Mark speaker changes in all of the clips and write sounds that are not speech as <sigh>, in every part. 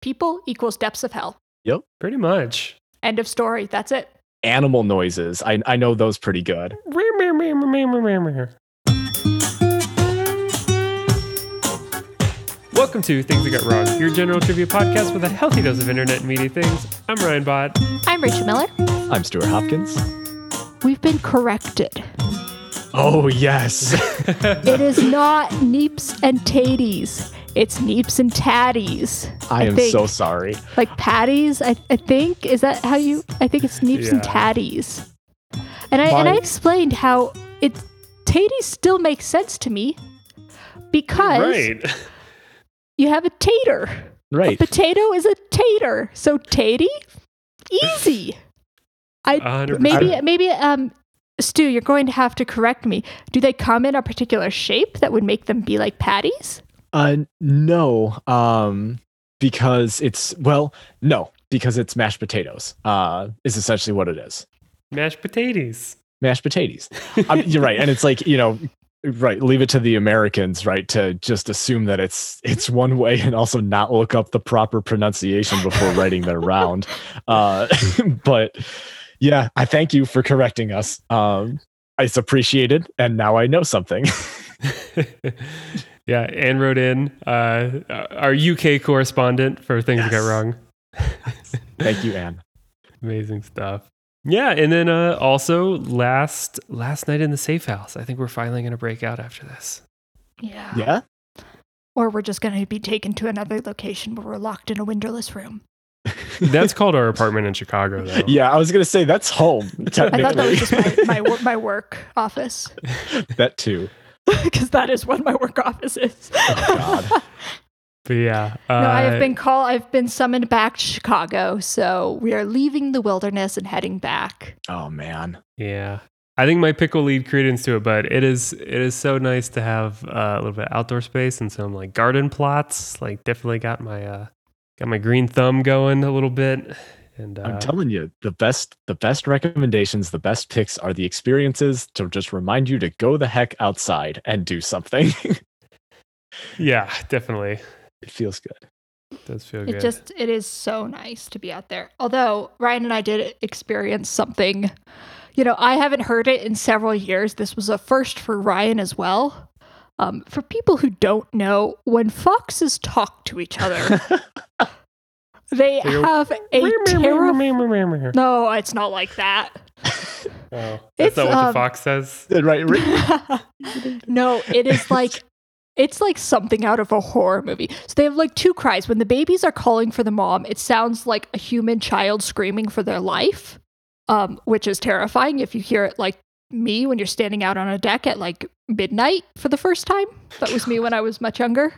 Speaker 1: People equals depths of hell.
Speaker 2: Yep.
Speaker 3: Pretty much.
Speaker 1: End of story. That's it.
Speaker 2: Animal noises. I, I know those pretty good.
Speaker 3: Welcome to Things That Got Wrong, your general trivia podcast with a healthy dose of internet and media things. I'm Ryan Bott.
Speaker 1: I'm Rachel Miller.
Speaker 2: I'm Stuart Hopkins.
Speaker 1: We've been corrected.
Speaker 2: Oh, yes.
Speaker 1: It is not neeps and tatties. It's neeps and tatties.
Speaker 2: <laughs> I am
Speaker 1: think.
Speaker 2: so sorry.
Speaker 1: Like patties, I, I think. Is that how you? I think it's neeps and
Speaker 3: Yeah.
Speaker 1: tatties. And I and I
Speaker 2: My-
Speaker 1: explained how it tatties still makes sense to me because
Speaker 2: <laughs>
Speaker 3: Right.
Speaker 1: you have a tater.
Speaker 2: Right.
Speaker 1: Potato is a tater, so tatty, easy.
Speaker 3: A hundred
Speaker 1: Maybe,
Speaker 3: percent.
Speaker 1: maybe, um, Stu, you're going to have to correct me. Do they come in a particular shape that would make them be like patties?
Speaker 2: Uh, no, um, because it's well, no, because it's mashed potatoes. Uh, is essentially what it is,
Speaker 3: Mashed potatoes. <laughs>
Speaker 1: <laughs>
Speaker 2: mashed potatoes. Um, you're right, and it's like you know, right. Leave it to the Americans, right, to just assume that it's it's one way, and also not look up the proper pronunciation before writing
Speaker 1: <laughs>
Speaker 2: that around. Uh, <laughs> but yeah, I thank you for correcting us. Um, it's appreciated, and now I know something. <laughs>
Speaker 3: yeah, Anne wrote in, uh, our UK correspondent for Things That Got
Speaker 2: Yes.
Speaker 3: Wrong.
Speaker 2: thank you, Anne.
Speaker 3: Amazing stuff. Yeah, and then uh, also last last night in the safe house. I think we're finally going to break out after this.
Speaker 1: Yeah.
Speaker 2: Yeah.
Speaker 1: Or we're just going to be taken to another location where we're locked in a windowless room.
Speaker 3: That's called our apartment in Chicago, though.
Speaker 2: <laughs> Yeah, I was gonna say that's home.
Speaker 1: <laughs> I thought that was
Speaker 2: technically.
Speaker 1: just my, my,
Speaker 2: <laughs>
Speaker 1: wor- my work office <laughs>
Speaker 2: that too.
Speaker 1: because that is what my work office is.
Speaker 2: God.
Speaker 3: But yeah.
Speaker 1: <laughs> No, I have
Speaker 3: uh,
Speaker 1: been called. I've been summoned back to Chicago, so we are leaving the wilderness and heading back.
Speaker 2: Oh man.
Speaker 3: Yeah. I think my pickle lead credence to it, but it is it is so nice to have uh, a little bit of outdoor space and some like garden plots. Like definitely got my uh, got my green thumb going a little bit. And uh,
Speaker 2: I'm telling you, the best the best recommendations, the best picks are the experiences to just remind you to go the heck outside and do something. <laughs>
Speaker 3: yeah, definitely
Speaker 2: it feels good.
Speaker 3: does feel
Speaker 1: It
Speaker 3: good. <laughs>
Speaker 1: just it is so nice to be out there. Although Ryan and I did experience something. You know, I haven't heard it in several years. This was a first for Ryan as well. Um, for people who don't know, when foxes talk to each
Speaker 3: <laughs>
Speaker 1: other, they
Speaker 3: They go, <laughs>
Speaker 1: have a terrible.
Speaker 3: no,
Speaker 1: No, it's not like
Speaker 3: <laughs>
Speaker 1: that.
Speaker 3: Oh, that's
Speaker 1: It's,
Speaker 3: not what
Speaker 1: um,
Speaker 3: the fox says.
Speaker 2: right, right.
Speaker 1: no, it is like it's like something out of a horror movie. So they have like two cries. When the babies are calling for the mom, it sounds like a human child screaming for their life, um, which is terrifying if you hear it like me when you're standing out on a deck at like midnight for the first time. That was me when I was much younger.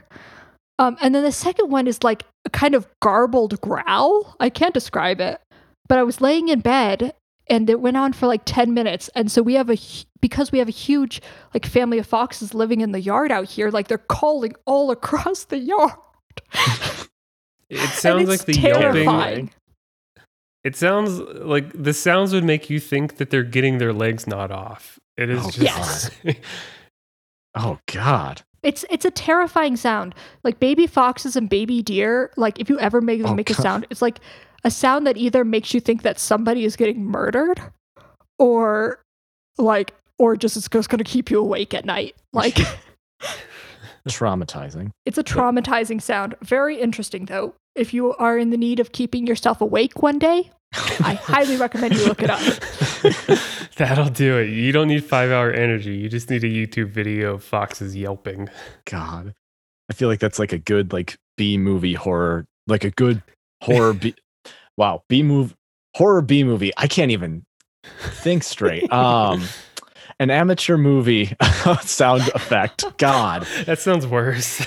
Speaker 1: Um, and then the second one is like a kind of garbled growl. I can't describe it. But I was laying in bed and it went on for like 10 minutes. And so we have a, hu- because we have a huge like family of foxes living in the yard out here, like they're calling all across the yard.
Speaker 3: It
Speaker 1: and
Speaker 3: sounds
Speaker 1: it's
Speaker 3: like the
Speaker 1: terrifying.
Speaker 3: yelping. It sounds like the sounds would make you think that they're getting their legs gnawed off. It is
Speaker 2: Oh,
Speaker 3: just
Speaker 1: Yes.
Speaker 3: <laughs>
Speaker 2: Oh god.
Speaker 1: It's it's a terrifying sound. Like baby foxes and baby deer, like if you ever make them
Speaker 2: Oh,
Speaker 1: make a
Speaker 2: God.
Speaker 1: sound, it's like a sound that either makes you think that somebody is getting murdered or like or just it's just gonna keep you awake at night. Like
Speaker 2: Traumatizing.
Speaker 1: it's a traumatizing sound. Very interesting though. If you are in the need of keeping yourself awake one
Speaker 2: <laughs>
Speaker 1: day, I highly recommend you look it up.
Speaker 3: <laughs> That'll do it. You don't need five hour energy. You just need a YouTube video of foxes yelping.
Speaker 2: God. I feel like that's like a good like B movie horror, like a good horror B Wow, B move horror B movie. I can't even think straight. Um an amateur movie <laughs> sound effect. God.
Speaker 3: That sounds worse.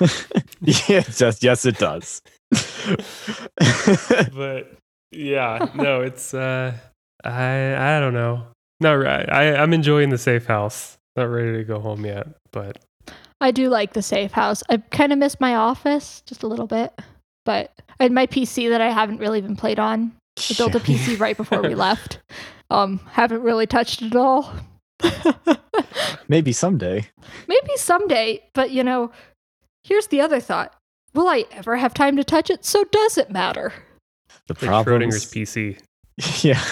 Speaker 3: <laughs>
Speaker 2: <laughs> yeah, just yes, it does.
Speaker 3: but yeah, no, it's uh I I don't know. Not right. I, I'm enjoying the safe house. Not ready to go home yet, but
Speaker 1: I do like the safe house. I kind of miss my office just a little bit, but and my PC that I haven't really even played on. I built a PC right before
Speaker 2: <laughs>
Speaker 1: we left. Um, haven't really touched it at all.
Speaker 2: Maybe someday.
Speaker 1: Maybe someday, but you know, here's the other thought. Will I ever have time to touch it? So does it matter? <laughs>
Speaker 2: The
Speaker 3: Like Schrodinger's
Speaker 2: problems. <laughs>
Speaker 3: PC.
Speaker 2: yeah,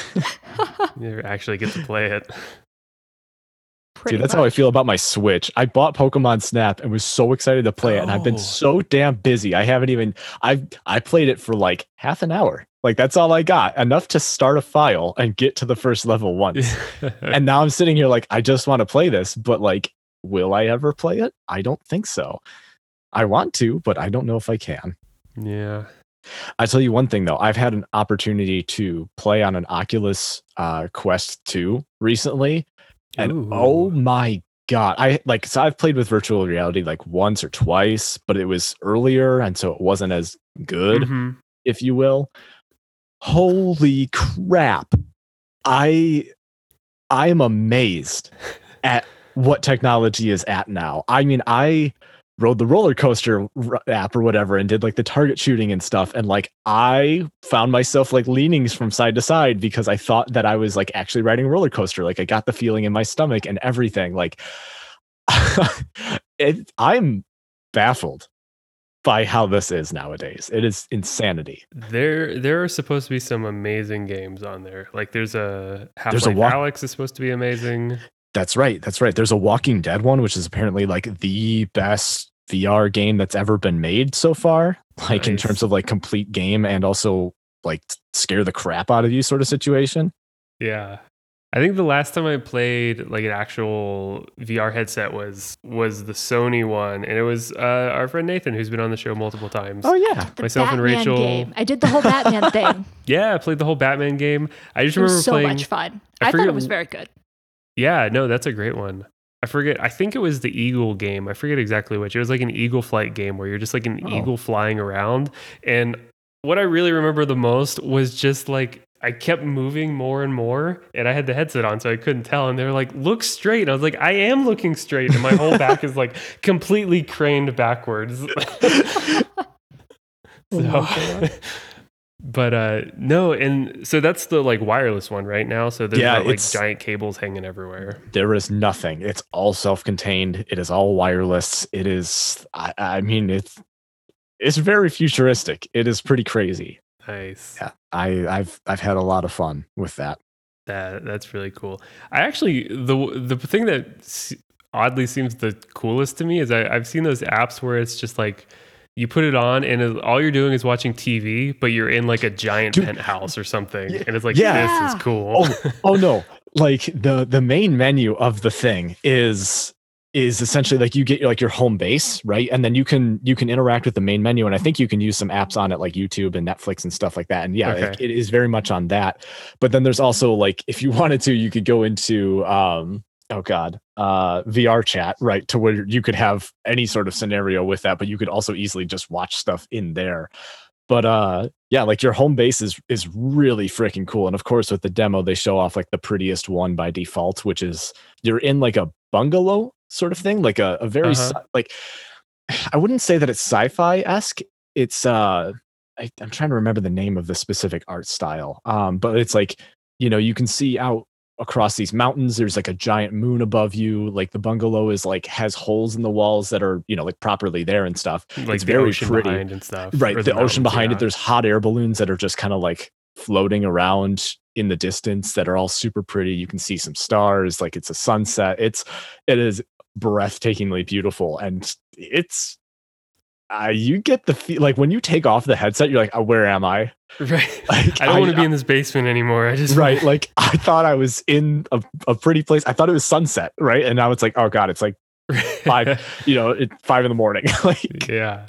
Speaker 3: You never actually get to play
Speaker 2: <laughs>
Speaker 3: it. <laughs>
Speaker 1: Pretty
Speaker 2: dude, that's how I
Speaker 1: much.
Speaker 2: feel about my Switch. I bought Pokemon Snap and was so excited to play it, and I've
Speaker 3: Oh.
Speaker 2: been so damn busy. I haven't even I I played it for like half an hour. Like that's all I got, enough to start a file and get to the first level once.
Speaker 3: <laughs>
Speaker 2: and now I'm sitting here like I just want to play this, but like, will I ever play it? I don't think so. I want to, but I don't know if I can.
Speaker 3: yeah.
Speaker 2: I tell you one thing though, I've had an opportunity to play on an Oculus uh, Quest 2 recently, and
Speaker 3: Ooh.
Speaker 2: oh my god, I like so I've played with virtual reality like once or twice, but it was earlier, and so it wasn't as good
Speaker 3: Mhm.
Speaker 2: if you will. Holy crap. I I am amazed at what technology is at now. I mean, I rode the roller coaster r- app or whatever and did like the target shooting and stuff and like I found myself like leaning from side to side because I thought that I was like actually riding a roller coaster. Like I got the feeling in my stomach and everything. Like <laughs> it, I'm baffled by how this is nowadays. It is insanity.
Speaker 3: There, there are supposed to be some amazing games on there. Like there's a Half
Speaker 2: There's a
Speaker 3: Life
Speaker 2: wa-
Speaker 3: Alex is supposed to be amazing.
Speaker 2: That's right. That's right. There's a Walking Dead one, which is apparently like the best VR game that's ever been made so far, like in
Speaker 3: Nice.
Speaker 2: terms of like complete game and also like t- scare the crap out of you sort of situation.
Speaker 3: Yeah. I think the last time I played like an actual VR headset was was the Sony one, and it was uh, our friend Nathan who's been on the show multiple times.
Speaker 2: Oh yeah.
Speaker 1: The
Speaker 3: myself and
Speaker 1: Batman
Speaker 3: Rachel-
Speaker 1: Game. I did the whole Batman
Speaker 3: <laughs>
Speaker 1: thing.
Speaker 3: Yeah, I played the whole Batman game. I just
Speaker 1: It
Speaker 3: remember
Speaker 1: was so
Speaker 3: playing.
Speaker 1: much fun.
Speaker 3: I
Speaker 1: I, thought
Speaker 3: forget
Speaker 1: it was
Speaker 3: wh-
Speaker 1: very good.
Speaker 3: Yeah, no, that's a great one. I forget. I think it was the eagle game. I forget exactly which. It was like an eagle flight game where you're just like an
Speaker 2: Oh.
Speaker 3: eagle flying around. And what I really remember the most was just like I kept moving more and more, and I had the headset on, so I couldn't tell. And they were like, "Look straight." And I was like, "I am looking straight," and my whole back is like <laughs> completely
Speaker 2: <laughs>
Speaker 3: craned backwards. <laughs>
Speaker 2: Oh
Speaker 3: So,
Speaker 2: Mm-hmm.
Speaker 3: <laughs> but uh no, and so that's the like wireless one right now. So there's
Speaker 2: Yeah,
Speaker 3: not like
Speaker 2: it's-
Speaker 3: giant cables hanging everywhere.
Speaker 2: <laughs> There is nothing. It's all self-contained. It is all wireless. It is I, I mean it's it's very futuristic. It is pretty crazy.
Speaker 3: Nice.
Speaker 2: Yeah. I I've I've had a lot of fun with that.
Speaker 3: That that's really cool. I actually the the thing that s- oddly seems the coolest to me is I, I've seen those apps where it's just like you put it on and it- all you're doing is watching TV, but you're in like a giant
Speaker 2: Dude.
Speaker 3: penthouse or something,
Speaker 2: Yeah.
Speaker 3: and it's like
Speaker 1: Yeah.
Speaker 3: this is cool.
Speaker 2: <laughs> oh no like the the main menu of the thing is is essentially like you get your like your home base right and then you can you can interact with the main menu and i think you can use some apps on it like youtube and netflix and stuff like that and yeah like,
Speaker 3: Okay.
Speaker 2: it is very much on that but then there's also like if you <laughs> wanted to you could go into um oh god uh vr chat right to where you could have any sort of scenario with that but you could also easily just watch stuff in there but uh yeah like your home base is is really freaking cool and of course with the demo they show off like the prettiest one by default which is you're in like a bungalow sort of thing like a, a very
Speaker 3: Uh-huh.
Speaker 2: sci- like <sighs> i wouldn't say that it's sci-fi-esque it's uh I, i'm trying to remember the name of the specific art style um but it's like you know you can see out across these mountains there's like a giant moon above you like the bungalow is like has holes in the walls that are you know like properly there and stuff
Speaker 3: <laughs> like
Speaker 2: It's
Speaker 3: the
Speaker 2: very
Speaker 3: ocean
Speaker 2: pretty.
Speaker 3: behind and stuff.
Speaker 2: right
Speaker 3: or
Speaker 2: the, ocean
Speaker 3: mountains,
Speaker 2: behind
Speaker 3: yeah.
Speaker 2: it there's hot air balloons that are just kind of like floating around in the distance that are all super pretty you can see some stars like it's a sunset it's it is breathtakingly beautiful and it's uh, you get the feel like when you take off the headset you're like "Oh, where am i <laughs>
Speaker 3: <laughs> right.
Speaker 2: like
Speaker 3: I don't want to be in this basement anymore. I just <laughs>
Speaker 2: right like i thought i was in a, a pretty place i thought it was sunset right and now it's like oh god it's like Five. you know it, five in the morning <laughs> like
Speaker 3: <laughs> yeah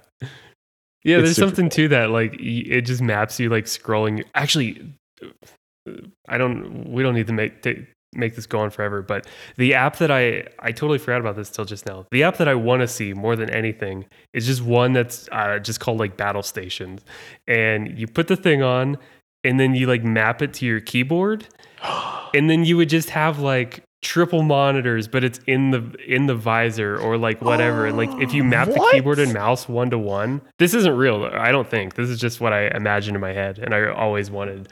Speaker 3: yeah
Speaker 2: It's
Speaker 3: there's
Speaker 2: super
Speaker 3: something to that like y- it just maps you like scrolling actually uh, i don't we don't need to make ta- make this go on forever but the app that i i totally forgot about this till just now the app that i want to see more than anything is just one that's uh, just called like battle stations and you put the thing on and then you like map it to your keyboard <gasps> and then you would just have like triple monitors but it's in the in the visor or like whatever and like if you map the
Speaker 2: What?
Speaker 3: keyboard and mouse one to one this isn't real i don't think this is just what i imagined in my head and i always wanted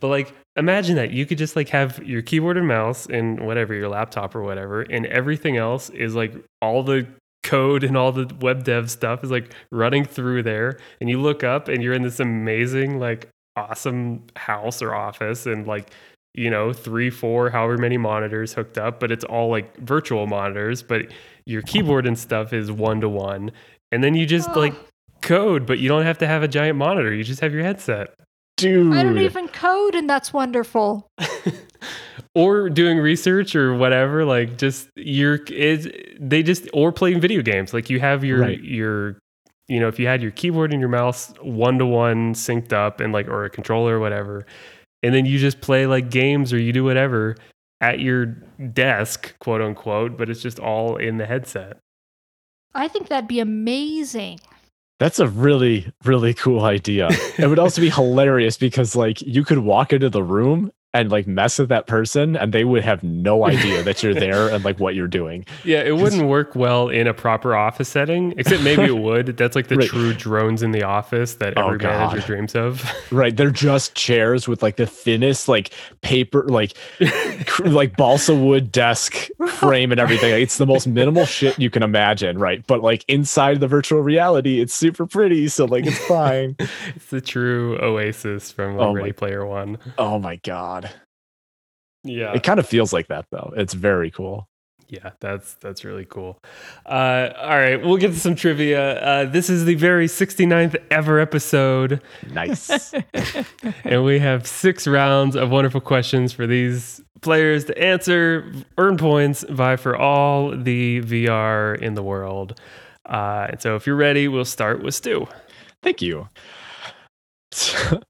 Speaker 3: but like imagine that you could just like have your keyboard and mouse and whatever your laptop or whatever and everything else is like all the code and all the web dev stuff is like running through there and you look up and you're in this amazing like awesome house or office and like you know three four however many monitors hooked up but it's all like virtual monitors but your keyboard and stuff is one to one and then you just
Speaker 1: Oh.
Speaker 3: like code but you don't have to have a giant monitor you just have your headset
Speaker 2: Dude.
Speaker 1: I don't even code, and that's wonderful.
Speaker 3: or doing research or whatever like just your is they just or playing video games like you have your
Speaker 2: Right.
Speaker 3: your you know if you had your keyboard and your mouse one to one synced up and like or a controller or whatever and then you just play like games or you do whatever at your desk quote unquote but it's just all in the headset
Speaker 1: I think that'd be
Speaker 3: <laughs>
Speaker 1: amazing. <laughs>
Speaker 2: That's a really, really cool idea. it would also be hilarious because like you could walk into the room and like mess with that person and they would have no idea that you're there and like what you're doing.
Speaker 3: yeah it wouldn't work well in a proper office setting except maybe <laughs> it would that's like the
Speaker 2: Right.
Speaker 3: true drones in the office that
Speaker 2: Oh,
Speaker 3: every manager
Speaker 2: God.
Speaker 3: dreams <laughs> of
Speaker 2: Right. They're just chairs with like the thinnest like paper like cr- like balsa wood desk frame and everything. Like, it's the most minimal shit you can imagine, right? But like inside the virtual reality, it's super pretty, so like it's fine.
Speaker 3: <laughs> It's the true oasis from like,
Speaker 2: Oh my-
Speaker 3: Ready Player One.
Speaker 2: oh my god.
Speaker 3: Yeah,
Speaker 2: It kind of feels like that though. It's very cool.
Speaker 3: yeah, that's that's really cool. Uh, all right, we'll get to some trivia. Uh, this is the very 69th ever episode,
Speaker 1: <laughs>
Speaker 2: Nice.
Speaker 3: and we have six rounds of wonderful questions for these players to answer, earn points, vie for all the VR in the world. Uh, and so, if you're ready, we'll start with Stu.
Speaker 2: Thank you.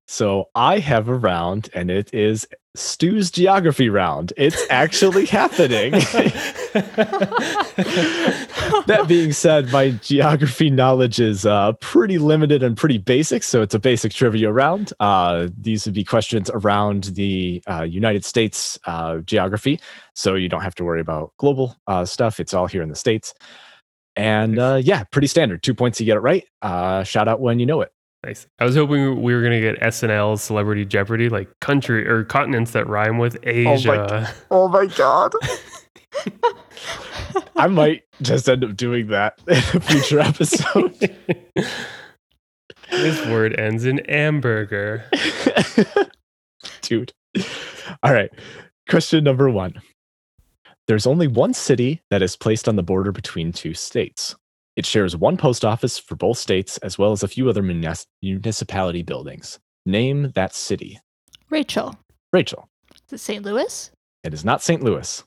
Speaker 2: So I have a round, and it is Stu's geography round. It's actually happening.
Speaker 3: <laughs>
Speaker 2: <laughs> that being said, my geography knowledge is uh, pretty limited and pretty basic, so it's a basic trivia round. Uh, these would be questions around the uh, United States uh, geography, so you don't have to worry about global uh, stuff. It's all here in the states, and uh, yeah, pretty standard. Two points you get it right. Uh, shout out when you know it.
Speaker 3: Nice. I was hoping we were gonna get SNL Celebrity Jeopardy, like country or continents that rhyme with Asia.
Speaker 2: Oh my god. I might just end up doing that <laughs> in a future
Speaker 3: <laughs>
Speaker 2: episode.
Speaker 3: this word ends in hamburger.
Speaker 2: <laughs> Dude. All right. Question number one. There's only one city that is placed on the border between two states. It shares one post office for both states, as well as a few other munis- municipality buildings. Name that city.
Speaker 1: Rachel,
Speaker 2: Rachel,
Speaker 1: is it St. Louis?
Speaker 2: it is not St. Louis,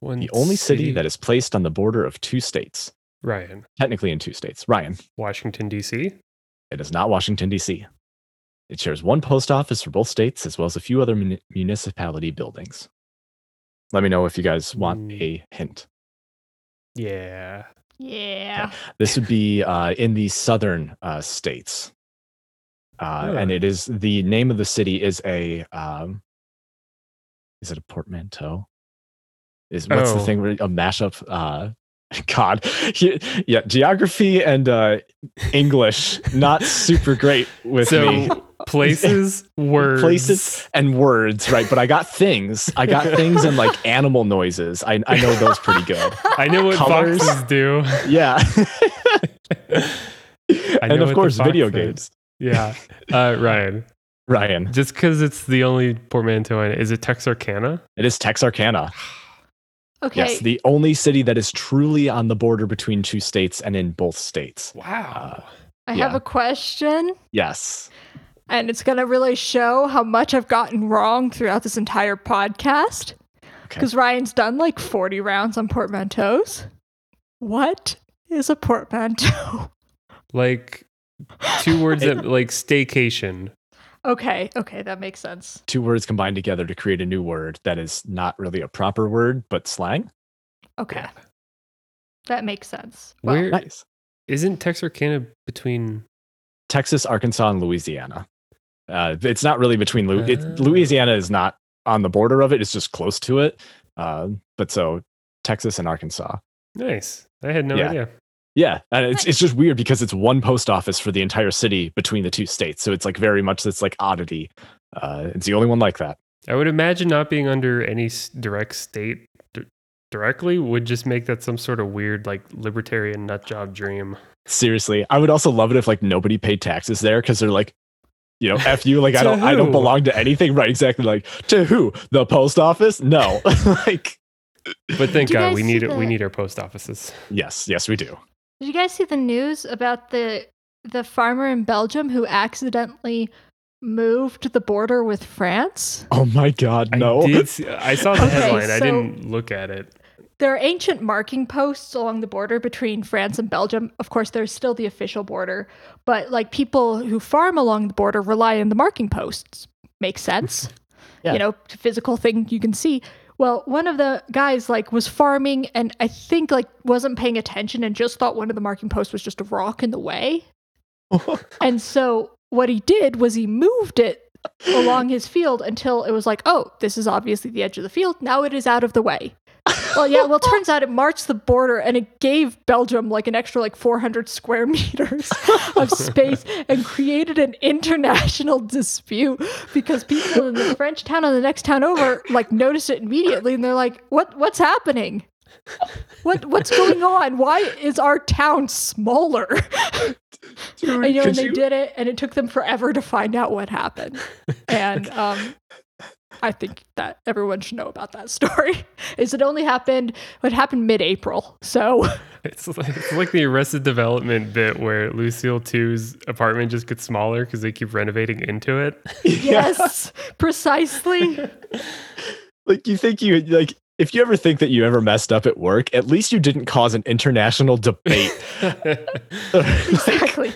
Speaker 3: One
Speaker 2: the only city that is placed on the border of two states,
Speaker 3: Ryan,
Speaker 2: technically in two states. Ryan.
Speaker 3: Washington D.C.
Speaker 2: It is not Washington, D.C. It shares one post office for both states, as well as a few other mun- municipality buildings. Let me know if you guys want
Speaker 3: Mm.
Speaker 2: a hint.
Speaker 3: Yeah.
Speaker 1: Yeah.
Speaker 2: This would be uh, in the southern uh, states. Uh, And
Speaker 3: Huh.
Speaker 2: it is the name of the city is a um, is it a portmanteau? Is what's the
Speaker 3: Oh.
Speaker 2: thing where a mashup? Uh, <laughs> God, He- yeah, geography and uh, English not super great with me.
Speaker 3: So
Speaker 2: <laughs>
Speaker 3: places, words,
Speaker 2: Places and words, right? But I got things. I <laughs> got things and like animal noises. I, I know those pretty good.
Speaker 3: I
Speaker 1: <laughs>
Speaker 3: know what
Speaker 2: Colors.
Speaker 3: boxes do.
Speaker 2: <laughs>
Speaker 3: <laughs>
Speaker 2: Yeah. <laughs>
Speaker 3: know
Speaker 2: and
Speaker 3: what
Speaker 2: of
Speaker 3: the
Speaker 2: course, video
Speaker 3: fox
Speaker 2: games.
Speaker 3: Yeah. Uh, Ryan,
Speaker 2: Ryan,
Speaker 3: just because it's the only portmanteau, in it, is it Texarkana?
Speaker 2: it is Texarkana.
Speaker 1: Okay.
Speaker 2: Yes, the only city that is truly on the border between two states and in both states.
Speaker 3: Wow.
Speaker 1: I
Speaker 2: yeah.
Speaker 1: have a question,
Speaker 2: Yes.
Speaker 1: and it's going to really show how much I've gotten wrong throughout this entire podcast.
Speaker 2: Okay.
Speaker 1: Because Ryan's done like 40 rounds on portmanteaus. What is a portmanteau?
Speaker 3: like two words that like staycation.
Speaker 1: okay. Okay. That makes sense.
Speaker 2: Two words combined together to create a new word that is not really a proper word, but slang.
Speaker 1: Okay.
Speaker 3: Yeah.
Speaker 1: That makes sense.
Speaker 3: Where-
Speaker 2: Nice.
Speaker 3: Isn't Texarkana between?
Speaker 2: Texas, Arkansas, and Louisiana. Uh, it's not really between Lu- it's,
Speaker 3: Ah.
Speaker 2: Louisiana is not on the border of it; it's just close to it. Uh, but so Texas and Arkansas,
Speaker 3: Nice. I had no
Speaker 2: Yeah.
Speaker 3: idea.
Speaker 2: yeah, and it's it's just weird because it's one post office for the entire city between the two states, so it's like very much this like oddity. Uh, it's the only one like that.
Speaker 3: I would imagine not being under any s- direct state d- directly would just make that some sort of weird like libertarian nut job dream.
Speaker 2: Seriously, I would also love it if like nobody paid taxes there because they're like, you know, f you.
Speaker 3: <laughs>
Speaker 2: Like I
Speaker 3: To
Speaker 2: don't, I don't
Speaker 3: who?
Speaker 2: belong to anything. Right? Exactly. Like to who? The post office? No. <laughs> like
Speaker 3: But thank
Speaker 4: Do you
Speaker 3: God
Speaker 4: guys
Speaker 3: we need
Speaker 4: see
Speaker 3: it. We
Speaker 4: the-
Speaker 3: need our post offices.
Speaker 2: yes, yes, we do.
Speaker 1: Did you guys see the news about the the farmer in Belgium who accidentally moved the border with France?
Speaker 2: Oh my God, <laughs> no. <laughs>
Speaker 3: I, did see- I saw the
Speaker 1: Okay,
Speaker 3: headline. I
Speaker 1: so-
Speaker 3: didn't look at it.
Speaker 1: There are ancient marking posts along the border between France and Belgium. Of course, there's still the official border, but like people who farm along the border rely on the marking posts. Makes sense.
Speaker 2: Yeah.
Speaker 1: You know, it's a physical thing you can see. Well, one of the guys like was farming and I think like wasn't paying attention and just thought one of the marking posts was just a rock in the way. And so what he did was he moved it along his field until it was like, oh, this is obviously the edge of the field. Now it is out of the way. Well, yeah, well, turns out it marched the border and it gave Belgium like an extra like 400 square meters of space and created an international dispute because people in the French town on the next town over like noticed it immediately and they're like, what, what's happening? What, what's going on? Why is our town smaller?
Speaker 2: Dude,
Speaker 1: I know,
Speaker 2: could
Speaker 1: and they
Speaker 2: <laughs> you-
Speaker 1: did it, and it took them forever to find out what
Speaker 2: <laughs>
Speaker 1: happened. And um, I think that everyone should know about that story. <laughs> Is it only happened? It happened mid-April,
Speaker 2: <laughs>
Speaker 1: so
Speaker 3: It's like, it's like the Arrested Development bit where Lucille 2's apartment just gets smaller because they keep renovating into it. <laughs>
Speaker 1: <laughs> yes, precisely.
Speaker 2: <laughs> Like you think you like if you ever think that you ever messed up at work, at least you didn't cause an
Speaker 1: <laughs>
Speaker 2: international <laughs> debate.
Speaker 1: Exactly.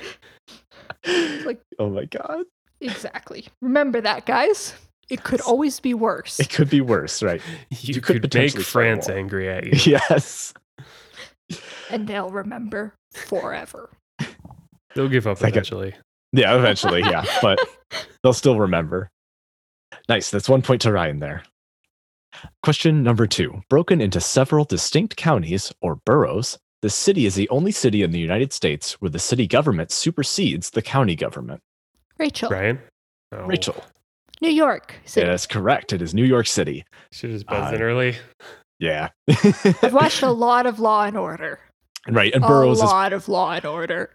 Speaker 2: oh my god.
Speaker 1: Exactly. Remember that, guys. It could always be worse.
Speaker 2: It could be worse, right? You
Speaker 3: you,
Speaker 2: could
Speaker 3: could, make
Speaker 2: potentially start a
Speaker 3: France
Speaker 2: war.
Speaker 3: angry at
Speaker 2: <laughs>
Speaker 3: you.
Speaker 2: Yes.
Speaker 1: And they'll remember forever.
Speaker 3: They'll
Speaker 2: <laughs>
Speaker 3: give up
Speaker 2: Like a-
Speaker 3: eventually.
Speaker 2: Yeah, eventually, yeah.
Speaker 1: <laughs>
Speaker 2: But they'll still remember. Nice. That's one point to Ryan there. Question number two. Broken into several distinct counties or boroughs, the city is the only city in the United States where the city government supersedes the county government.
Speaker 1: Rachel,
Speaker 3: Ryan? Oh,
Speaker 2: Rachel.
Speaker 1: New York City.
Speaker 2: Yes, correct. It is New York City.
Speaker 3: Should have just buzzed
Speaker 2: Uh,
Speaker 3: in early.
Speaker 2: Yeah.
Speaker 1: I've watched a lot of Law and Order.
Speaker 2: <laughs> right. And
Speaker 1: A
Speaker 2: boroughs is
Speaker 1: lot of Law and Order.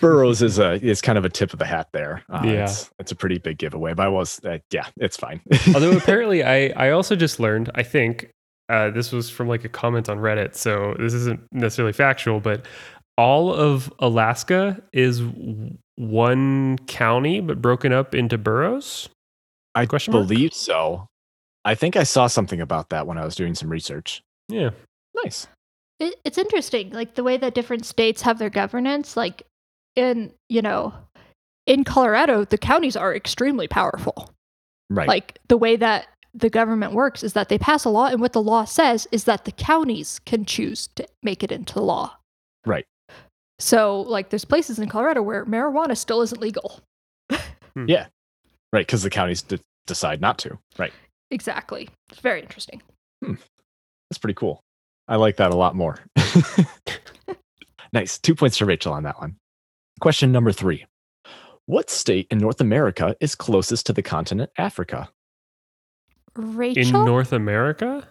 Speaker 2: Burrows is a is kind of a tip of the hat there. Uh,
Speaker 3: Yeah.
Speaker 2: it's, it's a pretty big giveaway. But I was uh, yeah, it's fine.
Speaker 3: Although apparently, I I also just learned. I think uh, this was from like a comment on Reddit, so this isn't necessarily factual, but all of Alaska is w- one county, but broken up into boroughs.
Speaker 2: <laughs> I
Speaker 3: Question mark?
Speaker 2: believe so. I think I saw something about that when I was doing some research.
Speaker 3: Yeah,
Speaker 2: Nice.
Speaker 1: it, it's interesting like the way that different states have their governance like in you know in colorado the counties are extremely powerful
Speaker 2: Right.
Speaker 1: like the way that the government works is that they pass a law and what the law says is that the counties can choose to make it into law
Speaker 2: Right.
Speaker 1: so like there's places in colorado where marijuana still isn't legal
Speaker 2: right. Because the counties d- decide not to. Right.
Speaker 1: exactly it's very interesting
Speaker 2: That's pretty cool. I like that a lot more. <laughs> nice. Two points to Rachel on that one. Question number three What state in North America is closest to the continent Africa?
Speaker 1: rachel
Speaker 3: in North America.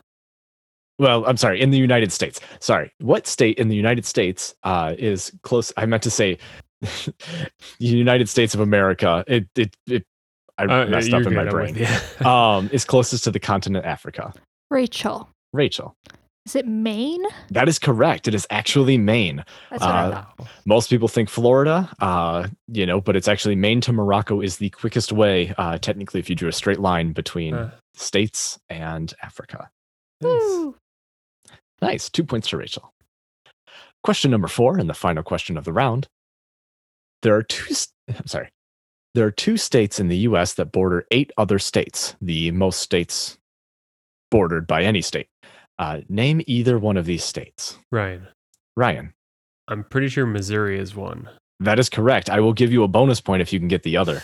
Speaker 2: Well, I'm sorry, in the United States. Sorry. What state in the United States uh, is close? I meant to say <laughs> the United States of America. It, it, it, I
Speaker 3: Uh,
Speaker 2: messed
Speaker 3: you're
Speaker 2: up in my
Speaker 3: good, I'm with
Speaker 2: brain. <laughs>
Speaker 3: you. <laughs> Uh,
Speaker 2: um, is closest to the continent Africa.
Speaker 1: rachel
Speaker 2: Rachel.
Speaker 1: is it maine
Speaker 2: That is correct. It is actually Maine.
Speaker 1: that's what i
Speaker 2: Uh,
Speaker 1: thought
Speaker 2: Most people think Florida, uh, you know, but it's actually Maine to Morocco is the quickest way, uh, technically, if you drew a straight line between
Speaker 3: Uh,
Speaker 2: states and Africa.
Speaker 3: nice.
Speaker 1: Woo.
Speaker 2: Nice. Two points to Rachel. Question number four, and the final question of the round. There are two. s- <laughs> I'm sorry. There are two states in the U.S. that border eight other states. The most states bordered by any state. Uh, name either one of these states.
Speaker 3: Ryan,
Speaker 2: Ryan,
Speaker 3: I'm pretty sure Missouri is one.
Speaker 2: that is correct. I will give you a bonus point if you can get the other.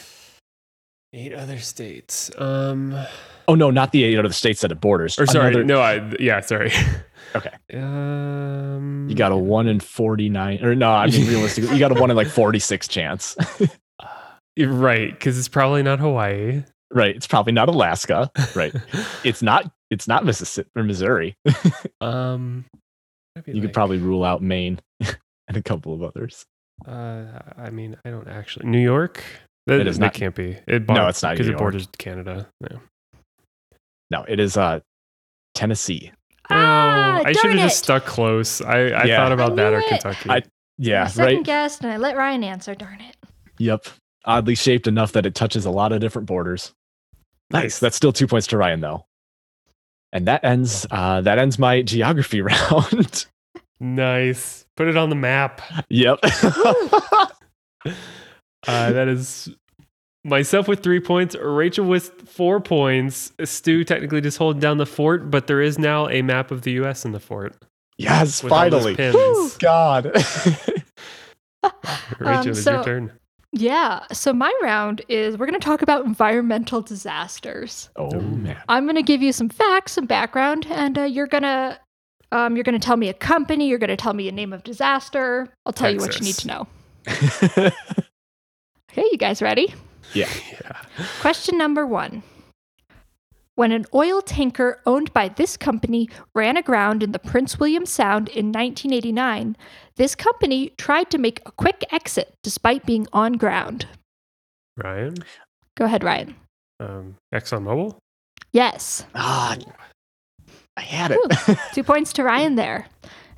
Speaker 3: Eight other states. Um,
Speaker 2: Oh no, not the eight other states that it borders.
Speaker 3: or sorry,
Speaker 2: Another-
Speaker 3: no, I
Speaker 2: <laughs>
Speaker 3: yeah, sorry.
Speaker 2: Okay.
Speaker 3: <laughs> Um,
Speaker 2: you got a one in forty-nine, or no? I
Speaker 3: <laughs>
Speaker 2: mean, realistically, you got a one in like forty-six chance. <laughs>
Speaker 3: You're Right, because it's probably not Hawaii.
Speaker 2: right? It's probably not Alaska. Right. it's not it's not Mississippi or Missouri.
Speaker 3: <laughs> Um, that'd be
Speaker 2: You could
Speaker 3: like,
Speaker 2: probably rule out Maine <laughs> and a couple of others.
Speaker 3: Uh, I mean, I don't actually. New York. That,
Speaker 2: It is
Speaker 3: that
Speaker 2: not-
Speaker 3: can't be. It
Speaker 2: No, it's not
Speaker 3: because
Speaker 2: New
Speaker 3: it
Speaker 2: York.
Speaker 3: borders Canada. No.
Speaker 2: No, it is uh Tennessee.
Speaker 1: Ah,
Speaker 3: oh, I should
Speaker 1: darn
Speaker 3: have just
Speaker 1: it.
Speaker 3: stuck close. I, I
Speaker 2: Yeah.
Speaker 3: thought about
Speaker 1: I
Speaker 3: that
Speaker 1: knew
Speaker 3: or
Speaker 1: it.
Speaker 3: Kentucky.
Speaker 2: I- Yeah,
Speaker 1: I second
Speaker 2: right.
Speaker 1: guessed and I let Ryan answer. Darn it.
Speaker 2: Yep. Oddly shaped enough that it touches a lot of different borders. Nice. That's still two points to Ryan though. And that ends uh that ends my geography <laughs> round.
Speaker 3: nice. Put it on the map.
Speaker 2: yep. <laughs>
Speaker 3: Uh, that is myself with three points, Rachel with four points, Stu technically just holding down the fort, but there is now a map of the U.S. in
Speaker 1: <laughs>
Speaker 3: the fort.
Speaker 2: yes,
Speaker 3: with all those
Speaker 2: finally.
Speaker 1: Woo!
Speaker 3: pins.
Speaker 2: God. <laughs>
Speaker 3: Rachel,
Speaker 1: Um,
Speaker 3: it's
Speaker 1: so-
Speaker 3: your turn.
Speaker 1: Yeah. So my round is we're going to talk about environmental disasters.
Speaker 2: oh man.
Speaker 1: I'm going to give you some facts, some background, and uh, you're going to um, you're going to tell me a company. You're going to tell me a name of disaster. I'll tell you what you need
Speaker 3: Texas.
Speaker 1: to know.
Speaker 2: <laughs>
Speaker 1: Okay, you guys ready?
Speaker 3: Yeah.
Speaker 1: Question number one. When an oil tanker owned by this company ran aground in the Prince William Sound in 1989, this company tried to make a quick exit despite being on ground.
Speaker 3: Ryan,
Speaker 1: Go ahead, Ryan.
Speaker 3: um, ExxonMobil.
Speaker 1: Yes.
Speaker 2: Ah, I had it.
Speaker 1: Two points to Ryan there.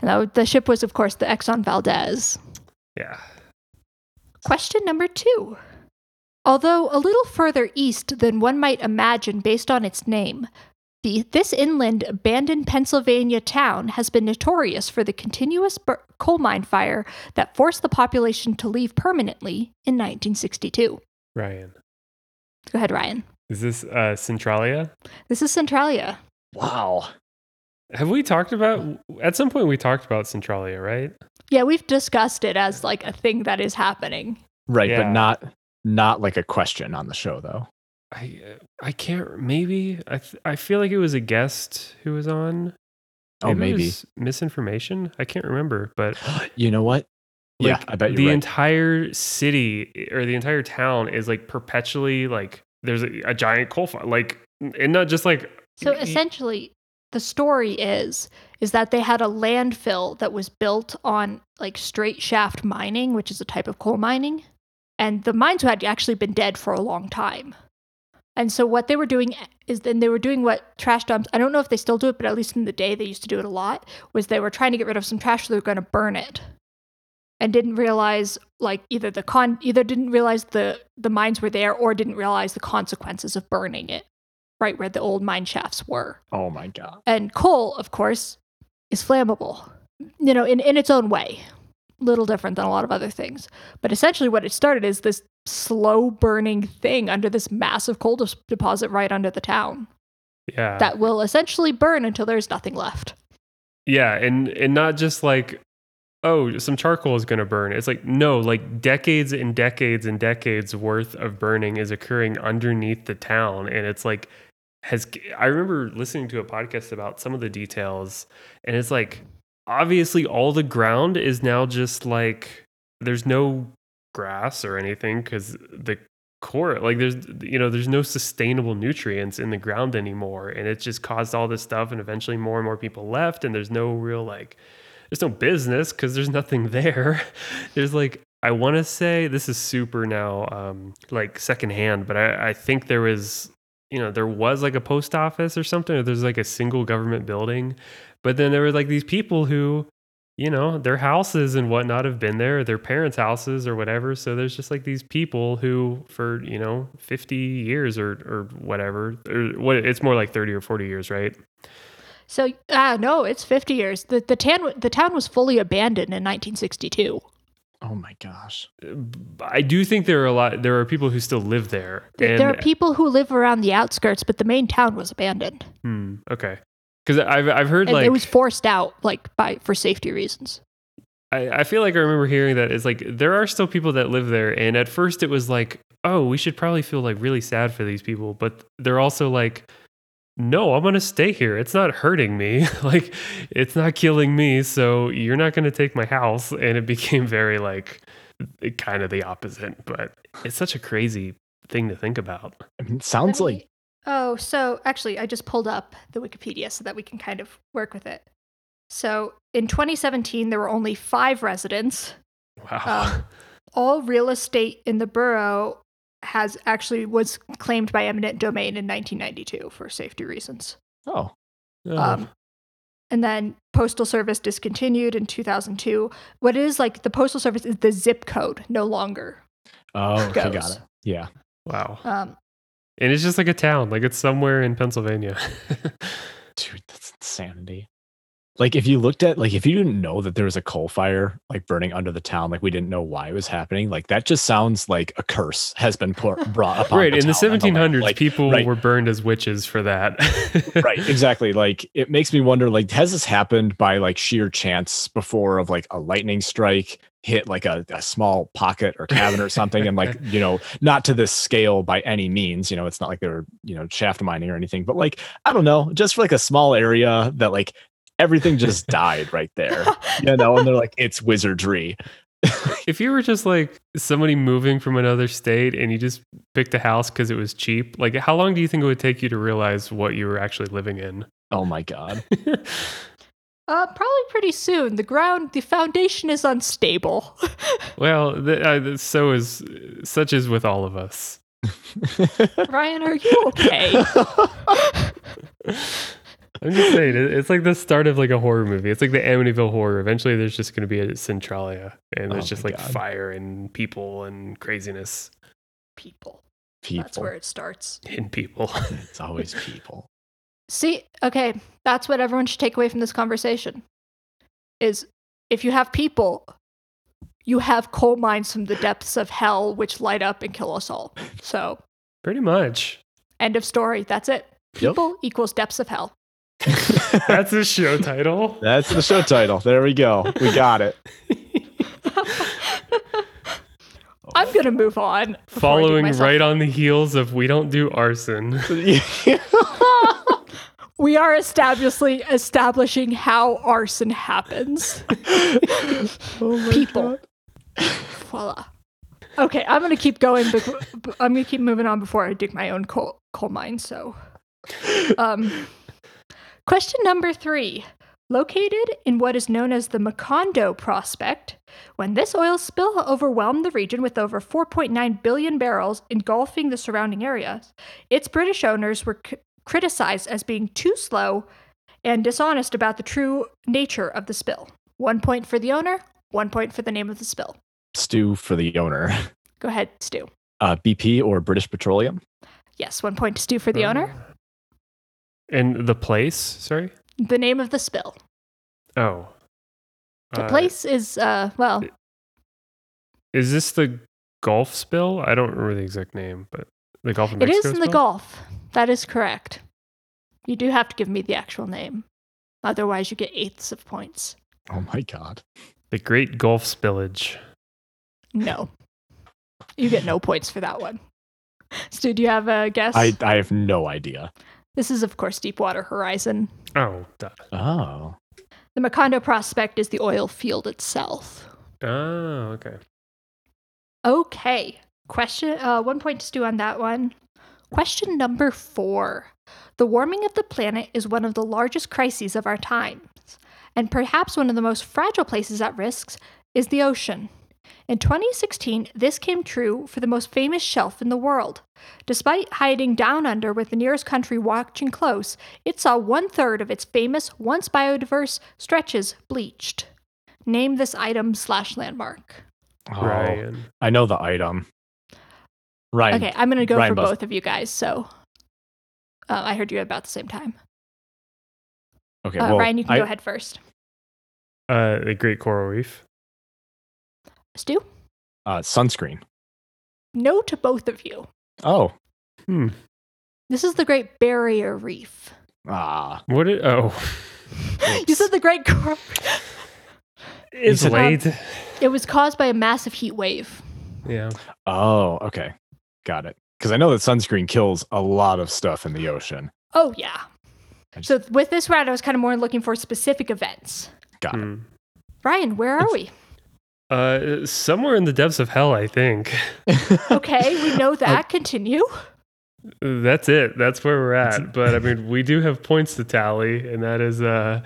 Speaker 1: And that, the ship was, of course, the Exxon Valdez.
Speaker 3: Yeah.
Speaker 1: Question number two. Although a little further east than one might imagine based on its name, the, this inland abandoned Pennsylvania town has been notorious for the continuous bur- coal mine fire that forced the population to leave permanently in 1962.
Speaker 3: Ryan,
Speaker 1: Go ahead, Ryan.
Speaker 3: is this uh, Centralia?
Speaker 1: This is Centralia.
Speaker 2: <laughs> wow.
Speaker 3: Have we talked about at some point we talked about Centralia, right?
Speaker 1: Yeah, we've discussed it as like a thing that is happening.
Speaker 2: Right,
Speaker 3: Yeah.
Speaker 2: but not not like a question on the show though.
Speaker 3: I I can't. Maybe I th- I feel like it was a guest who was on.
Speaker 2: Oh,
Speaker 3: it
Speaker 2: maybe.
Speaker 3: was misinformation. I can't remember,
Speaker 2: <gasps>
Speaker 3: but
Speaker 2: You know what? yeah,
Speaker 3: like,
Speaker 2: I bet
Speaker 3: the
Speaker 2: you're right.
Speaker 3: entire city or the entire town is like perpetually like there's a, a giant coal fire, like and not just like
Speaker 1: So
Speaker 3: y-
Speaker 1: essentially, the story is is that they had a landfill that was built on like straight shaft mining, which is a type of coal mining, and the mines had actually been dead for a long time. And so what they were doing eh, is then they were doing what trash dumps. I don't know if they still do it, but at least in the day they used to do it a lot. Was they were trying to get rid of some trash, so they were going to burn it, and didn't realize like either the con either didn't realize the the mines were there or didn't realize the consequences of burning it right where the old mine shafts were.
Speaker 2: Oh my god.
Speaker 1: And coal, of course, is flammable, you know, in, in its own way. Little different than a lot of other things. But essentially, what it started is this slow burning thing under this massive coal des- deposit right under the town
Speaker 3: yeah
Speaker 1: that will essentially burn until there's nothing left.
Speaker 3: yeah and and not just like oh some charcoal is going to burn. It's like no like decades and decades and decades worth of burning is occurring underneath the town, and it's like has I remember listening to a podcast about some of the details, and it's like obviously all the ground is now just like there's no grass or anything because the core like there's you know there's no sustainable nutrients in the ground anymore and it's just caused all this stuff and eventually more and more people left and there's no real like there's no business because there's nothing <laughs> there there's like i want to say this is super now um like secondhand but i i think there was you know there was like a post office or something or there's like a single government building but then there were like these people who, you know, their houses and whatnot have been there, their parents' houses or whatever. So there's just like these people who, for you know, 50 years or or whatever, or what it's more like 30 or 40 years, right?
Speaker 1: So, ah, no, it's 50 years. The, the, tan- the town was fully abandoned in 1962.
Speaker 2: Oh my gosh.
Speaker 3: I do think there are a lot. There are people who still live there.
Speaker 1: Th- there are
Speaker 3: and-
Speaker 1: people who live around the outskirts, but the main town was abandoned.
Speaker 3: Hmm, okay. Because I've I've heard
Speaker 1: And
Speaker 3: like
Speaker 1: it was forced out, like, by for safety reasons.
Speaker 3: I, I feel like I remember hearing that it's like there are still people that live there, and at first it was like, oh, we should probably feel like really sad for these people, but they're also like, no, I'm gonna stay here. It's not hurting me, <laughs> like it's not killing me, so you're not gonna take my house. And it became very like kind of the opposite, but it's such a crazy thing to think about.
Speaker 2: I mean, it sounds
Speaker 1: I mean,
Speaker 2: like
Speaker 1: Oh, so actually, I just pulled up the Wikipedia so that we can kind of work with it. So in 2017, there were only five residents.
Speaker 3: Wow.
Speaker 1: All real estate in the borough has actually was claimed by eminent domain in 1992 for safety reasons.
Speaker 2: Oh,
Speaker 3: Oh,
Speaker 1: Um, and then postal service discontinued in 2002. What it is like the postal service is the zip code no longer.
Speaker 2: oh, okay, got
Speaker 1: Goes.
Speaker 2: it. Yeah,
Speaker 3: <laughs> wow.
Speaker 1: Um,
Speaker 3: And it's just like a town, like it's somewhere in Pennsylvania. <laughs>
Speaker 2: dude, that's insanity. Like if you looked at like if you didn't know that there was a coal fire like burning under the town, like we didn't know why it was happening, like that just sounds like a curse has been put, brought upon.
Speaker 3: right. In the
Speaker 2: town and the land.
Speaker 3: 1700s,
Speaker 2: Like,
Speaker 3: people
Speaker 2: right.
Speaker 3: were burned as witches for that. <laughs>
Speaker 2: right exactly like it makes me wonder like has this happened by like sheer chance before of like a lightning strike hit like a, a small pocket or cabin or something and like you know not to this scale by any means you know it's not like they're you know shaft mining or anything but like i don't know just for like a small area that like
Speaker 1: <laughs>
Speaker 2: everything just died right there you know and they're like it's wizardry
Speaker 3: If you were just like somebody moving from another state and you just picked a house because it was cheap, like how long do you think it would take you to realize what you were actually living in? <laughs>
Speaker 2: oh my god
Speaker 1: uh, probably pretty soon. The ground, the foundation is unstable.
Speaker 3: well, th- uh, th- so is such is with all of us.
Speaker 1: Ryan, are you okay?
Speaker 3: <laughs> I'm just saying, it- it's like the start of like a horror movie. It's like the Amityville horror. Eventually, there's just going to be a Centralia, and there's
Speaker 2: Oh
Speaker 3: just
Speaker 2: my
Speaker 3: like
Speaker 2: God.
Speaker 3: fire and people and craziness
Speaker 1: People.
Speaker 2: <laughs> people
Speaker 1: That's where it starts.
Speaker 3: in people. <laughs>
Speaker 2: it's always people
Speaker 1: See, okay, that's what everyone should take away from this conversation. Is if you have people, you have coal mines from the depths of hell which light up and kill us all. So,
Speaker 3: Pretty much.
Speaker 1: end of story. That's it.
Speaker 2: Yep.
Speaker 3: Oh.
Speaker 1: People equals depths of
Speaker 3: <laughs>
Speaker 1: hell.
Speaker 3: That's the show title.
Speaker 2: that's the show title there we go we got
Speaker 1: <laughs>
Speaker 2: it
Speaker 1: I'm going to move on. before I dig
Speaker 3: Following
Speaker 1: myself-
Speaker 3: right on the heels of we don't do arson.
Speaker 1: <laughs> We are establishing establishing how arson happens. Oh People. <laughs> Voila. Okay, I'm gonna keep going. But but I'm gonna keep moving on before I dig my own coal coal mine. <laughs> So, um, question number three. Located in what is known as the Macondo Prospect, when this oil spill overwhelmed the region with over 4.9 billion barrels engulfing the surrounding areas, its British owners were c- criticized as being too slow and dishonest about the true nature of the spill. One point for the owner, one point for the name of the spill.
Speaker 2: Stu for the owner.
Speaker 1: Go ahead, Stu.
Speaker 2: Uh, BP or British Petroleum?
Speaker 1: Yes, one point to Stu for the
Speaker 3: Um,
Speaker 1: owner,
Speaker 3: And the place, sorry?
Speaker 1: the name of the spill.
Speaker 3: Oh.
Speaker 1: The
Speaker 3: Uh,
Speaker 1: place is, uh, well,
Speaker 3: Is this the Gulf spill? I don't remember the exact name, but the Gulf of
Speaker 1: it
Speaker 3: Mexico.
Speaker 1: is in the
Speaker 3: spill?
Speaker 1: Gulf. That is correct. You do have to give me the actual name. Otherwise, you get eighths of points.
Speaker 2: Oh my God.
Speaker 3: The Great Gulf Spillage.
Speaker 1: No. You get no points for that one. Stu, do you have a guess?
Speaker 2: I, I have no idea.
Speaker 1: This is, of course, Deepwater Horizon.
Speaker 3: Oh, duh.
Speaker 2: Oh.
Speaker 1: The Macondo Prospect is the oil field itself.
Speaker 3: Oh, okay.
Speaker 1: Okay. Question uh, one point to Stu on that one. Question number four. The warming of the planet is one of the largest crises of our times, and perhaps one of the most fragile places at risk is the ocean. In 2016, this came true for the most famous shelf in the world. Despite hiding down under with the nearest country watching close, it saw one third of its famous, once biodiverse stretches bleached. Name this item slash landmark.
Speaker 2: Oh,
Speaker 3: Ryan.
Speaker 2: I know the item. Ryan.
Speaker 1: Okay, I'm going to go
Speaker 2: Ryan
Speaker 1: for
Speaker 2: Buzz-
Speaker 1: both of you guys. So uh, I heard you about the same time.
Speaker 2: Okay.
Speaker 1: Uh,
Speaker 2: well,
Speaker 1: Ryan, you can
Speaker 2: I-
Speaker 1: go ahead first.
Speaker 3: Uh, the Great Coral Reef.
Speaker 1: Stu?
Speaker 2: Uh, sunscreen.
Speaker 1: No to both of you.
Speaker 2: Oh.
Speaker 3: Hmm.
Speaker 1: This is the Great Barrier Reef.
Speaker 2: Ah.
Speaker 3: What? It, oh,
Speaker 1: <laughs> you said the Great Coral.
Speaker 3: it's
Speaker 1: <laughs>
Speaker 2: said-
Speaker 3: late.
Speaker 1: It was caused by a massive heat wave.
Speaker 3: yeah.
Speaker 2: Oh. Okay. Got it. Because I know that sunscreen kills a lot of stuff in
Speaker 1: <laughs>
Speaker 2: the ocean. <laughs>
Speaker 1: Oh, yeah.
Speaker 2: I just-
Speaker 1: So th- with this round, I was kind of more looking for specific events.
Speaker 2: Got it.
Speaker 3: Hmm.
Speaker 1: Ryan, where
Speaker 2: <laughs>
Speaker 1: are we?
Speaker 3: Uh, somewhere in the depths of hell, I think.
Speaker 2: Uh,
Speaker 1: Okay, we know that. Continue.
Speaker 3: that's it. That's where we're at. But I mean, we do have points to tally, and that is uh,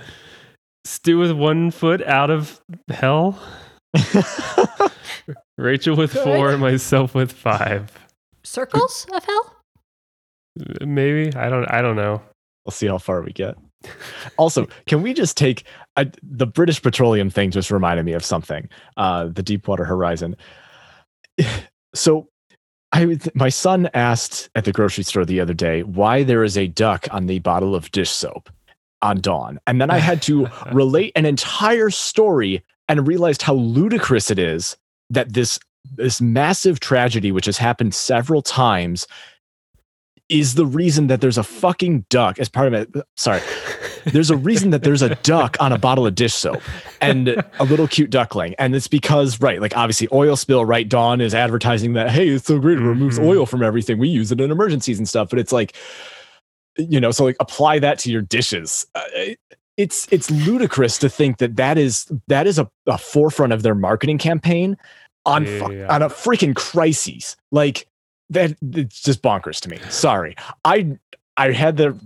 Speaker 3: Stu with one foot out of hell, Rachel with
Speaker 1: Good.
Speaker 3: four, myself with five.
Speaker 1: Circles of hell?
Speaker 3: Maybe I don't. I don't know.
Speaker 2: we'll see how far we get. Also, can we just take I, the British Petroleum thing? Just reminded me of something. Uh, the Deepwater Horizon. <sighs> So, I was- my son asked at the grocery store the other day why there is a duck on the bottle of dish soap on Dawn, and then I had to relate an entire story and realized how ludicrous it is that this this massive tragedy which has happened several times is the reason that there's a fucking duck as part of it sorry there's a reason that there's a duck on a bottle of dish soap and a little cute duckling and it's because right like obviously oil spill right dawn is advertising that hey it's so great it removes
Speaker 3: Mhm.
Speaker 2: oil from everything we use it in emergencies and stuff but it's like you know so like apply that to your dishes Uh, it- it's it's ludicrous to think that that is that is a, a forefront of their marketing campaign on
Speaker 3: Yeah,
Speaker 2: fuck-
Speaker 3: yeah, yeah.
Speaker 2: on a freaking crisis like that it's just bonkers to me sorry i i had the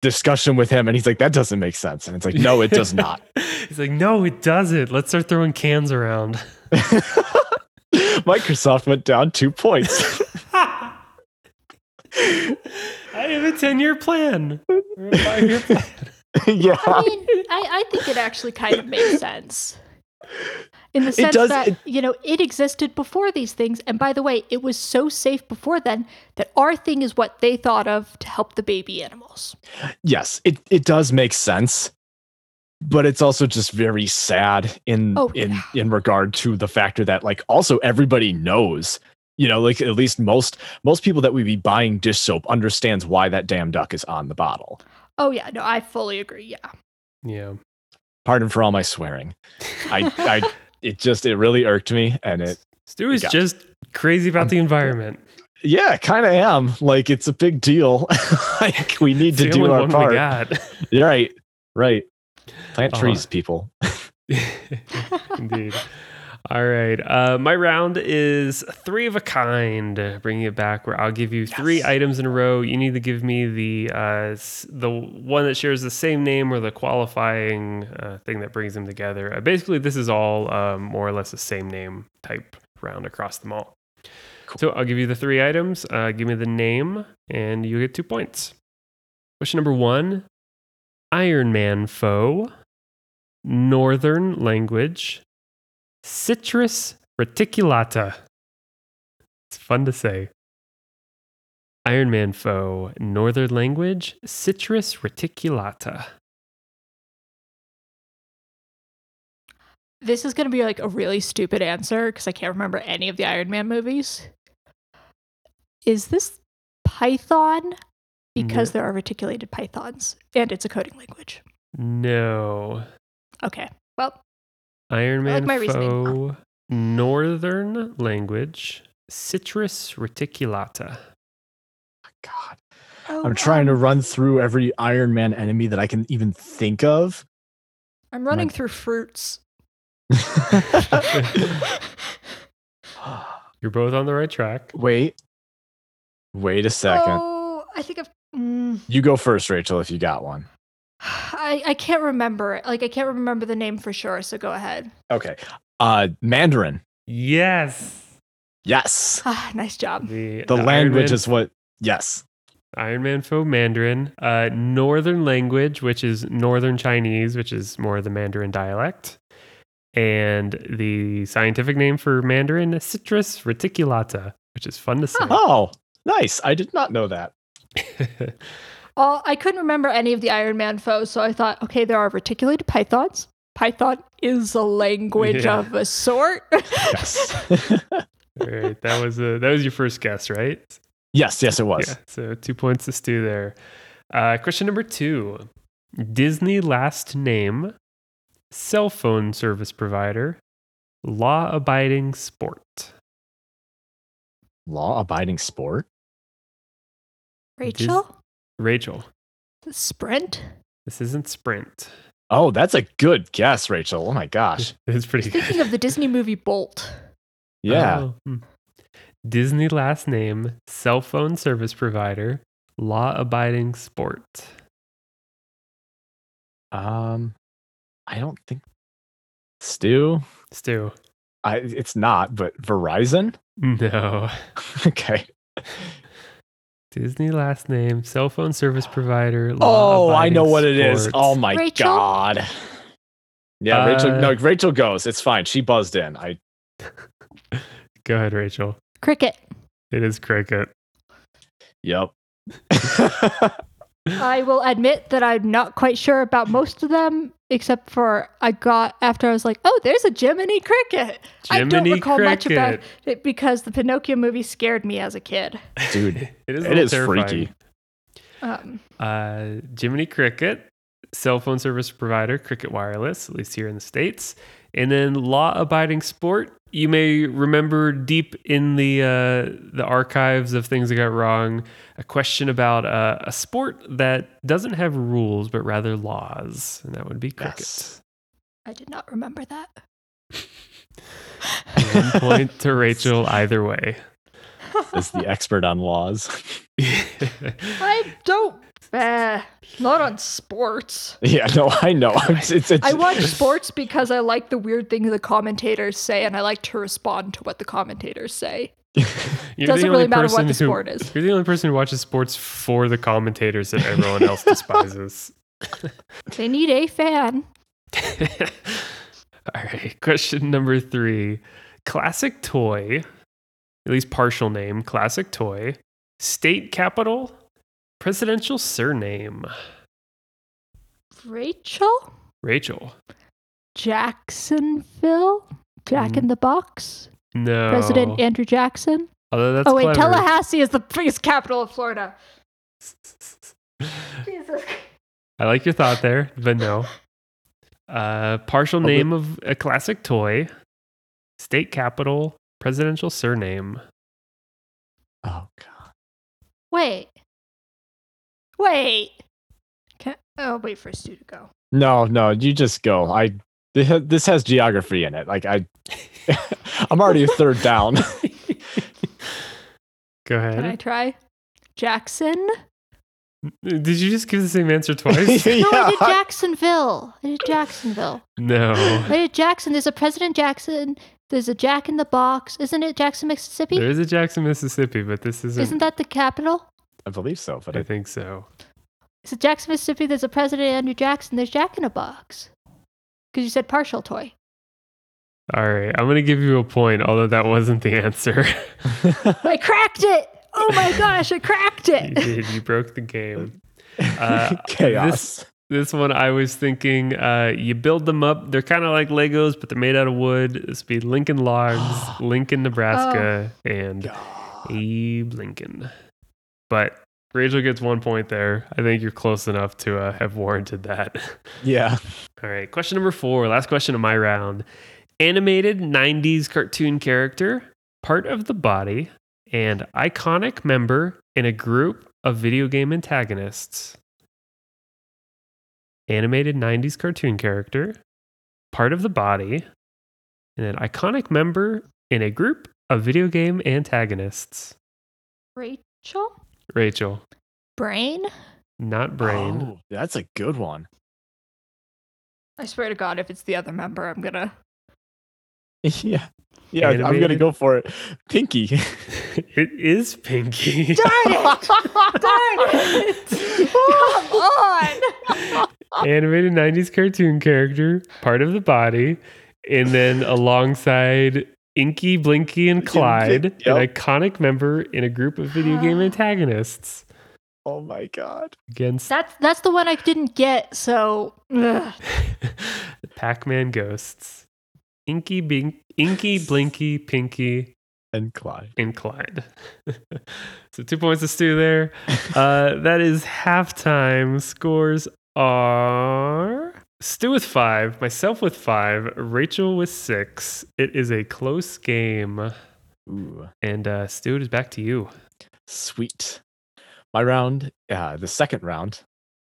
Speaker 2: discussion with him and he's like that doesn't make sense and it's like no it
Speaker 1: <laughs>
Speaker 2: does not <laughs>
Speaker 3: He's like, no, it doesn't. Let's start throwing cans
Speaker 2: <laughs>
Speaker 3: around.
Speaker 2: microsoft went down
Speaker 1: <laughs>
Speaker 2: two points
Speaker 3: I have a ten-year plan. Or a
Speaker 2: <laughs>
Speaker 3: five-year plan.
Speaker 2: yeah
Speaker 1: I mean, I, I think it actually kind of makes sense. In the sense
Speaker 2: does-
Speaker 1: that,
Speaker 2: it-
Speaker 1: you know, it existed before these things. And by the way, it was so safe before then that our thing is what they thought of to help the baby animals.
Speaker 2: yes it it does make sense but it's also just very sad in
Speaker 1: Oh,
Speaker 2: in
Speaker 1: yeah.
Speaker 2: in regard to the factor that like also everybody knows you know like at least most most people that would be buying dish soap understands why that damn duck is on the bottle
Speaker 1: Oh, yeah. No, I fully agree. Yeah.
Speaker 3: Yeah.
Speaker 2: pardon for all my swearing i
Speaker 3: <laughs>
Speaker 2: i it just it really irked me and it
Speaker 3: Stu is
Speaker 2: Yeah.
Speaker 3: just crazy about the environment.
Speaker 2: yeah kind of am like it's a big deal <laughs> like we need
Speaker 3: It's
Speaker 2: to
Speaker 3: the
Speaker 2: do
Speaker 3: only
Speaker 2: our
Speaker 3: one
Speaker 2: part
Speaker 3: we got.
Speaker 2: right right plant
Speaker 3: Uh-huh.
Speaker 2: trees people
Speaker 3: <laughs> Indeed. All right. Uh, my round is three of a kind. Bringing it back, where I'll give you three
Speaker 2: Yes.
Speaker 3: items in a row. You need to give me the uh, s- the one that shares the same name or the qualifying uh, thing that brings them together. Uh, basically, this is all um, more or less the same name type round across them all.
Speaker 2: Cool.
Speaker 3: So I'll give you the three items. Uh, give me the name, and you get two points. Question number one: Iron Man foe. Northern language, Citrus reticulata. It's fun to say. Iron Man foe, Northern language, Citrus reticulata.
Speaker 1: This is going to be like a really stupid answer because I can't remember any of the Iron Man movies. Is this Python? Because
Speaker 2: Mm-hmm.
Speaker 1: there are reticulated pythons and it's a coding language.
Speaker 3: No.
Speaker 1: Okay. Well,
Speaker 3: Iron
Speaker 1: I like
Speaker 3: Man
Speaker 1: my reasoning.
Speaker 3: foe, Northern language, Citrus reticulata.
Speaker 2: god
Speaker 1: oh,
Speaker 2: i'm trying to
Speaker 1: um,
Speaker 2: run through every iron man enemy that i can even think
Speaker 3: <laughs>
Speaker 2: of
Speaker 1: I'm running through fruits.
Speaker 3: You're both on the right track.
Speaker 2: wait wait a second
Speaker 1: Oh, I think I've. Mm,
Speaker 2: you go first rachel if you got one
Speaker 1: I, I can't remember. it. Like, I can't remember the name for sure, so go ahead. <sighs>
Speaker 2: okay uh mandarin
Speaker 3: Yes.
Speaker 2: yes
Speaker 1: Ah, nice job.
Speaker 2: the
Speaker 3: Iron
Speaker 2: language
Speaker 3: Man
Speaker 2: is what yes
Speaker 3: Iron Man faux Mandarin, uh, Northern language, which is Northern Chinese, which is more the Mandarin dialect, and the scientific name for Mandarin, Citrus reticulata, which is fun
Speaker 2: <laughs>
Speaker 3: to say. <laughs>
Speaker 2: oh nice i did not know that
Speaker 1: Oh, I couldn't remember any of the Iron Man foes, so I thought, okay, there are reticulated pythons. Python is a language
Speaker 3: Yeah.
Speaker 1: of a sort. <laughs>
Speaker 2: yes <laughs>
Speaker 3: All right, that was uh that was your first guess, right?
Speaker 2: yes yes it was
Speaker 3: Yeah, so two points to Stu there. Uh, question number two: Disney last name, cell phone service provider, law-abiding sport.
Speaker 2: law abiding sport
Speaker 1: Rachel?
Speaker 3: Rachel.
Speaker 1: Sprint?
Speaker 3: This isn't Sprint.
Speaker 2: oh that's a good guess rachel oh my gosh
Speaker 3: <laughs> It's pretty good.
Speaker 1: Thinking of the Disney movie Bolt.
Speaker 2: yeah
Speaker 3: Oh, hmm. Disney last name, cell phone service provider, law abiding sport.
Speaker 2: Um, I don't think Stu.
Speaker 3: Stu.
Speaker 2: I it's not, but Verizon. <laughs>
Speaker 3: No.
Speaker 2: okay.
Speaker 3: <laughs> Disney last name, cell phone service provider.
Speaker 2: Oh, I
Speaker 3: law-abiding
Speaker 2: know what it is.
Speaker 3: sport.
Speaker 2: Oh my
Speaker 1: Rachel?
Speaker 2: god. Yeah, Rachel.
Speaker 3: Uh,
Speaker 2: No, Rachel goes. It's fine. She buzzed in. I
Speaker 3: Go ahead, Rachel.
Speaker 1: Cricket.
Speaker 3: It is cricket.
Speaker 2: yep. <laughs>
Speaker 1: I will admit that I'm not quite sure about most of them, except for I got after I was like, oh, there's a Jiminy Cricket. I don't
Speaker 3: Jiminy
Speaker 1: recall much about
Speaker 3: Cricket. <laughs>
Speaker 1: it because the Pinocchio movie scared me as a kid.
Speaker 2: Dude,
Speaker 3: it is, a
Speaker 2: it
Speaker 3: little
Speaker 2: is
Speaker 3: terrifying.
Speaker 2: freaky.
Speaker 1: Um,
Speaker 3: Uh, Jiminy Cricket, cell phone service provider, Cricket Wireless, at least here in the States. And then law abiding sport. You may remember deep in the uh, the archives of things that got wrong, a question about uh, a sport that doesn't have rules but rather laws, and that would be cricket.
Speaker 2: Yes.
Speaker 1: I did not remember that.
Speaker 3: One
Speaker 1: <laughs>
Speaker 3: point to Rachel either way.
Speaker 2: Is the expert on laws.
Speaker 1: I don't. Uh, not on sports.
Speaker 2: yeah, no, I know.
Speaker 3: <laughs>
Speaker 2: I'm, it's, it's,
Speaker 1: I watch sports because I like the weird things the commentators say, and I like to respond to what the commentators say.
Speaker 3: You're
Speaker 1: Doesn't
Speaker 3: the
Speaker 1: really
Speaker 3: only
Speaker 1: matter what
Speaker 3: person
Speaker 1: the
Speaker 3: who-
Speaker 1: sport is.
Speaker 3: You're the only person who watches sports for the commentators that everyone else despises.
Speaker 1: They need a fan.
Speaker 3: <laughs> All right. Question number three Classic toy, at least partial name, classic toy, state capital, presidential surname,
Speaker 1: Rachel?
Speaker 3: Rachel.
Speaker 1: Jacksonville? Jack
Speaker 3: Mm.
Speaker 1: in the Box?
Speaker 3: No.
Speaker 1: President Andrew Jackson?
Speaker 3: Although Oh. that's
Speaker 1: oh, wait,
Speaker 3: clever.
Speaker 1: Tallahassee is the <laughs> biggest capital of
Speaker 3: <laughs>
Speaker 1: Florida. Jesus.
Speaker 3: I like your thought there, but no. Uh, partial
Speaker 2: Although-
Speaker 3: name of a classic toy, state capital, presidential surname.
Speaker 2: Oh god.
Speaker 1: Wait. Wait. Can- I'll wait for Stu to go.
Speaker 2: No, no, you just go. I this ha- this has geography in it. Like I, <laughs> I'm already a third
Speaker 3: <laughs>
Speaker 2: down.
Speaker 3: Go ahead.
Speaker 1: Can I try?
Speaker 3: <laughs>
Speaker 1: Jackson?
Speaker 3: Did you just give the same
Speaker 1: <laughs>
Speaker 3: answer twice?
Speaker 1: No, I did
Speaker 2: <laughs> Yeah.
Speaker 1: Jacksonville. I did Jacksonville.
Speaker 3: no.
Speaker 1: I did Jackson. There's a President Jackson. There's a Jack in the Box. Isn't it Jackson, Mississippi?
Speaker 3: There is a Jackson, Mississippi, but this isn't.
Speaker 1: Isn't that the capital?
Speaker 2: I believe so, but
Speaker 3: I
Speaker 2: I,
Speaker 3: think so.
Speaker 1: So Jackson, Mississippi, there's a President Andrew Jackson, there's Jack in a Box. Because you said partial toy.
Speaker 3: All right. I'm going to give you a point, although that wasn't the answer.
Speaker 2: <laughs>
Speaker 1: I cracked it! Oh
Speaker 3: <laughs>
Speaker 1: my gosh, I cracked
Speaker 3: you
Speaker 1: it!
Speaker 3: did. You broke the game. <laughs> Uh,
Speaker 2: chaos.
Speaker 3: This one I was thinking uh, you build them up. They're kind of like Legos, but they're made out of wood. This would be Lincoln Logs, Lincoln, Nebraska, and
Speaker 2: God.
Speaker 3: Abe Lincoln. But Rachel gets one point there. I think you're close enough to uh, have warranted that. <laughs>
Speaker 2: Yeah.
Speaker 3: All right. Question number four. Last question of my round. Animated 90s cartoon character, part of the body, and iconic member in a group of video game antagonists. Animated 90s cartoon character, part of the body, and an iconic member in a group of video game antagonists.
Speaker 1: Rachel?
Speaker 3: Rachel,
Speaker 1: Brain?
Speaker 3: not brain.
Speaker 2: Oh, that's a good one. <laughs>
Speaker 1: I swear to God, if it's the other member, I'm gonna.
Speaker 2: Yeah. Yeah, I'm gonna
Speaker 3: Animated.
Speaker 2: go for it. Pinky.
Speaker 3: <laughs>
Speaker 2: <laughs>
Speaker 3: It is <laughs> Pinky.
Speaker 1: Darn it! <laughs> Darn it! Come on!
Speaker 3: animated 90s cartoon character, part of the body, and then alongside Inky, Blinky, and Clyde, an
Speaker 2: Yep.
Speaker 3: iconic member in a group of video <gasps> game antagonists
Speaker 2: Oh my god.
Speaker 1: <laughs>
Speaker 3: against <laughs>
Speaker 1: That's that's the one I didn't get. So ugh.
Speaker 3: Pac Man ghosts. Inky, Bink, Inky, Blinky, Pinky,
Speaker 2: And Clyde.
Speaker 3: and Clyde. <laughs> so two points to Stu there. Uh, that is halftime. Scores are Stu with five, myself with five, Rachel with six. It is a close game.
Speaker 2: Ooh.
Speaker 3: And uh, Stu, it is back to you.
Speaker 2: Sweet. My round, uh, the second round,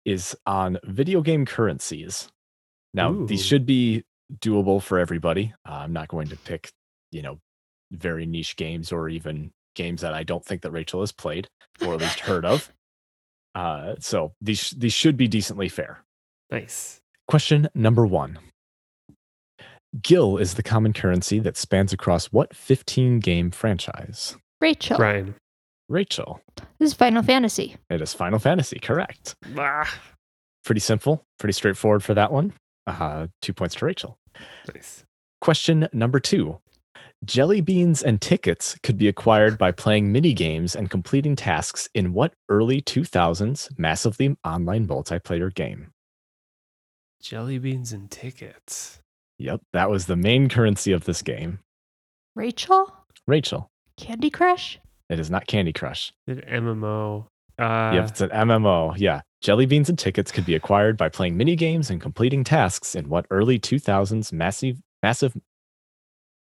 Speaker 2: is on video game currencies. Now, these
Speaker 3: Ooh.
Speaker 2: should be doable for everybody. Uh, I'm not going to pick, you know, very niche games or even games that I don't think that Rachel has played or at least heard of. Uh, so these these should be decently fair.
Speaker 3: Nice.
Speaker 2: Question number one. Gil is the common currency that spans across what 15 game franchise?
Speaker 1: Rachel,
Speaker 3: Brian.
Speaker 2: Rachel.
Speaker 1: this is Final Fantasy.
Speaker 2: It is Final Fantasy, correct.
Speaker 3: Ah,
Speaker 2: Pretty simple, pretty straightforward for that one. Uh, two points to Rachel.
Speaker 3: nice.
Speaker 2: Question number two. Jelly beans and tickets could be acquired by playing mini games and completing tasks in what early 2000s massively online multiplayer game?
Speaker 3: Jelly beans and tickets.
Speaker 2: Yep, that was the main currency of this game.
Speaker 1: Rachel,
Speaker 2: Rachel,
Speaker 1: Candy Crush.
Speaker 2: it is not Candy Crush.
Speaker 3: An MMO. Uh,
Speaker 2: yep, it's an MMO. Yeah. Jelly beans and tickets could be acquired by playing mini games and completing tasks in what early 2000s massive massive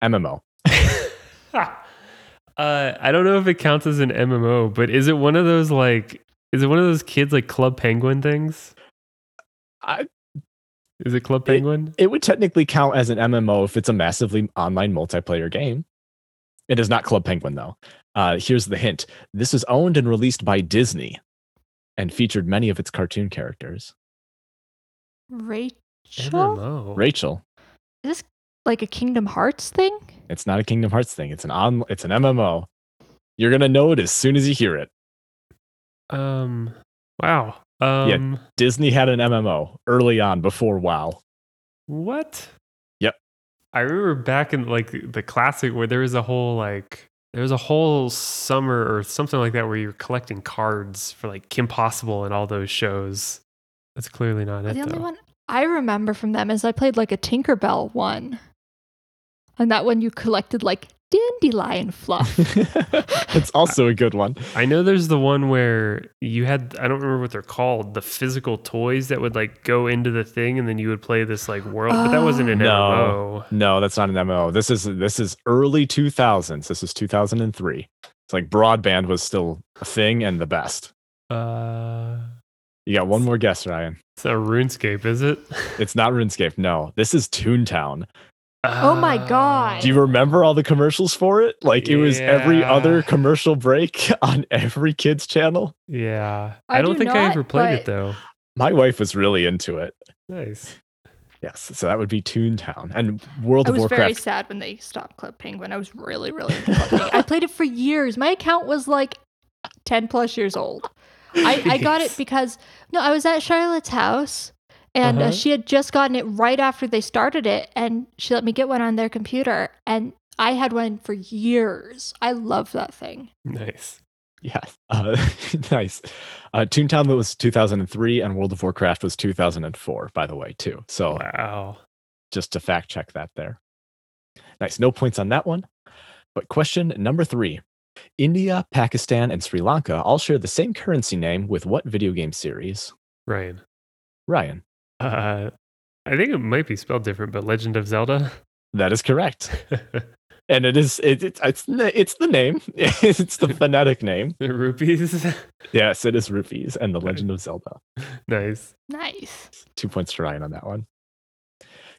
Speaker 2: MMO.
Speaker 3: Ha. <laughs> uh, I don't know if it counts as an MMO, but is it one of those like? Is it one of those kids like Club Penguin things?
Speaker 2: I-
Speaker 3: Is it Club Penguin?
Speaker 2: It would technically count as an MMO if it's a massively online multiplayer game. It is not Club Penguin though. Uh, here's the hint. This is owned and released by Disney and featured many of its cartoon characters.
Speaker 1: Rachel,
Speaker 3: MMO.
Speaker 2: Rachel,
Speaker 1: is this like a Kingdom Hearts thing?
Speaker 2: it's not a Kingdom Hearts thing. It's an on, it's an MMO. You're going to know it as soon as you hear it.
Speaker 3: Um. Wow. Um.
Speaker 2: Disney had an MMO early on before WoW. <laughs>
Speaker 3: What?
Speaker 2: Yep.
Speaker 3: I remember back in like the classic where there was a whole like there was a whole summer or something like that where you're collecting cards for like Kim Possible and all those shows. That's clearly not it.
Speaker 1: The only
Speaker 3: though.
Speaker 1: one I remember from them is I played like a Tinkerbell one. And that one you collected like dandelion
Speaker 2: <laughs>
Speaker 1: fluff.
Speaker 2: it's also a good one.
Speaker 3: I know there's the one where you had I don't remember what they're called, the physical toys that would like go into the thing and then you would play this like world, but that wasn't an
Speaker 2: Oh.
Speaker 3: MMO.
Speaker 2: No, that's not an MMO. This is this is early 2000s. This is 2003. It's like broadband was still a thing and the best.
Speaker 3: Uh
Speaker 2: You got one more guess, Ryan.
Speaker 3: it's a RuneScape, is it? <laughs>
Speaker 2: It's not RuneScape. No, this is Toontown.
Speaker 1: Oh my
Speaker 3: Uh,
Speaker 1: God.
Speaker 2: Do you remember all the commercials for it? Like it was every
Speaker 3: Yeah.
Speaker 2: other commercial break <laughs> on every kid's channel.
Speaker 3: Yeah.
Speaker 1: I
Speaker 3: I, don't
Speaker 1: do
Speaker 3: think I
Speaker 1: not,
Speaker 3: ever played it
Speaker 1: but-
Speaker 3: though.
Speaker 2: My wife was really into it.
Speaker 3: Nice.
Speaker 2: Yes, so that would be Toontown and World
Speaker 1: I
Speaker 2: of
Speaker 1: was very
Speaker 2: Warcraft.
Speaker 1: sad when they stopped Club Penguin. I was really, really into Club Penguin. I played it for years. My account was like 10 plus years old. <laughs> I,
Speaker 2: <laughs>
Speaker 1: I got it
Speaker 3: Jeez.
Speaker 1: because, no, I was at Charlotte's house and uh,
Speaker 3: Uh-huh.
Speaker 1: she had just gotten it right after they started it. And she let me get one on their computer. And I had one for years. I love that thing.
Speaker 3: Nice.
Speaker 2: Yeah, <laughs> uh, nice. Uh, Toontown was 2003, and World of Warcraft was 2004, by the way, too. So
Speaker 3: Wow.
Speaker 2: just to fact check that there. Nice. No points on that one. But question number three India, Pakistan, and Sri Lanka all share the same currency name with what video game series?
Speaker 3: Ryan.
Speaker 2: Ryan.
Speaker 3: Uh I think it might be spelled different, but Legend of Zelda. <laughs>
Speaker 2: That is correct, and it is it, it, it's n- it's the name, <laughs> it's the phonetic name.
Speaker 3: Rupees. <laughs>
Speaker 2: Yes, it is rupees and the Legend of Zelda.
Speaker 3: nice.
Speaker 1: Nice.
Speaker 2: two points to Ryan on that one.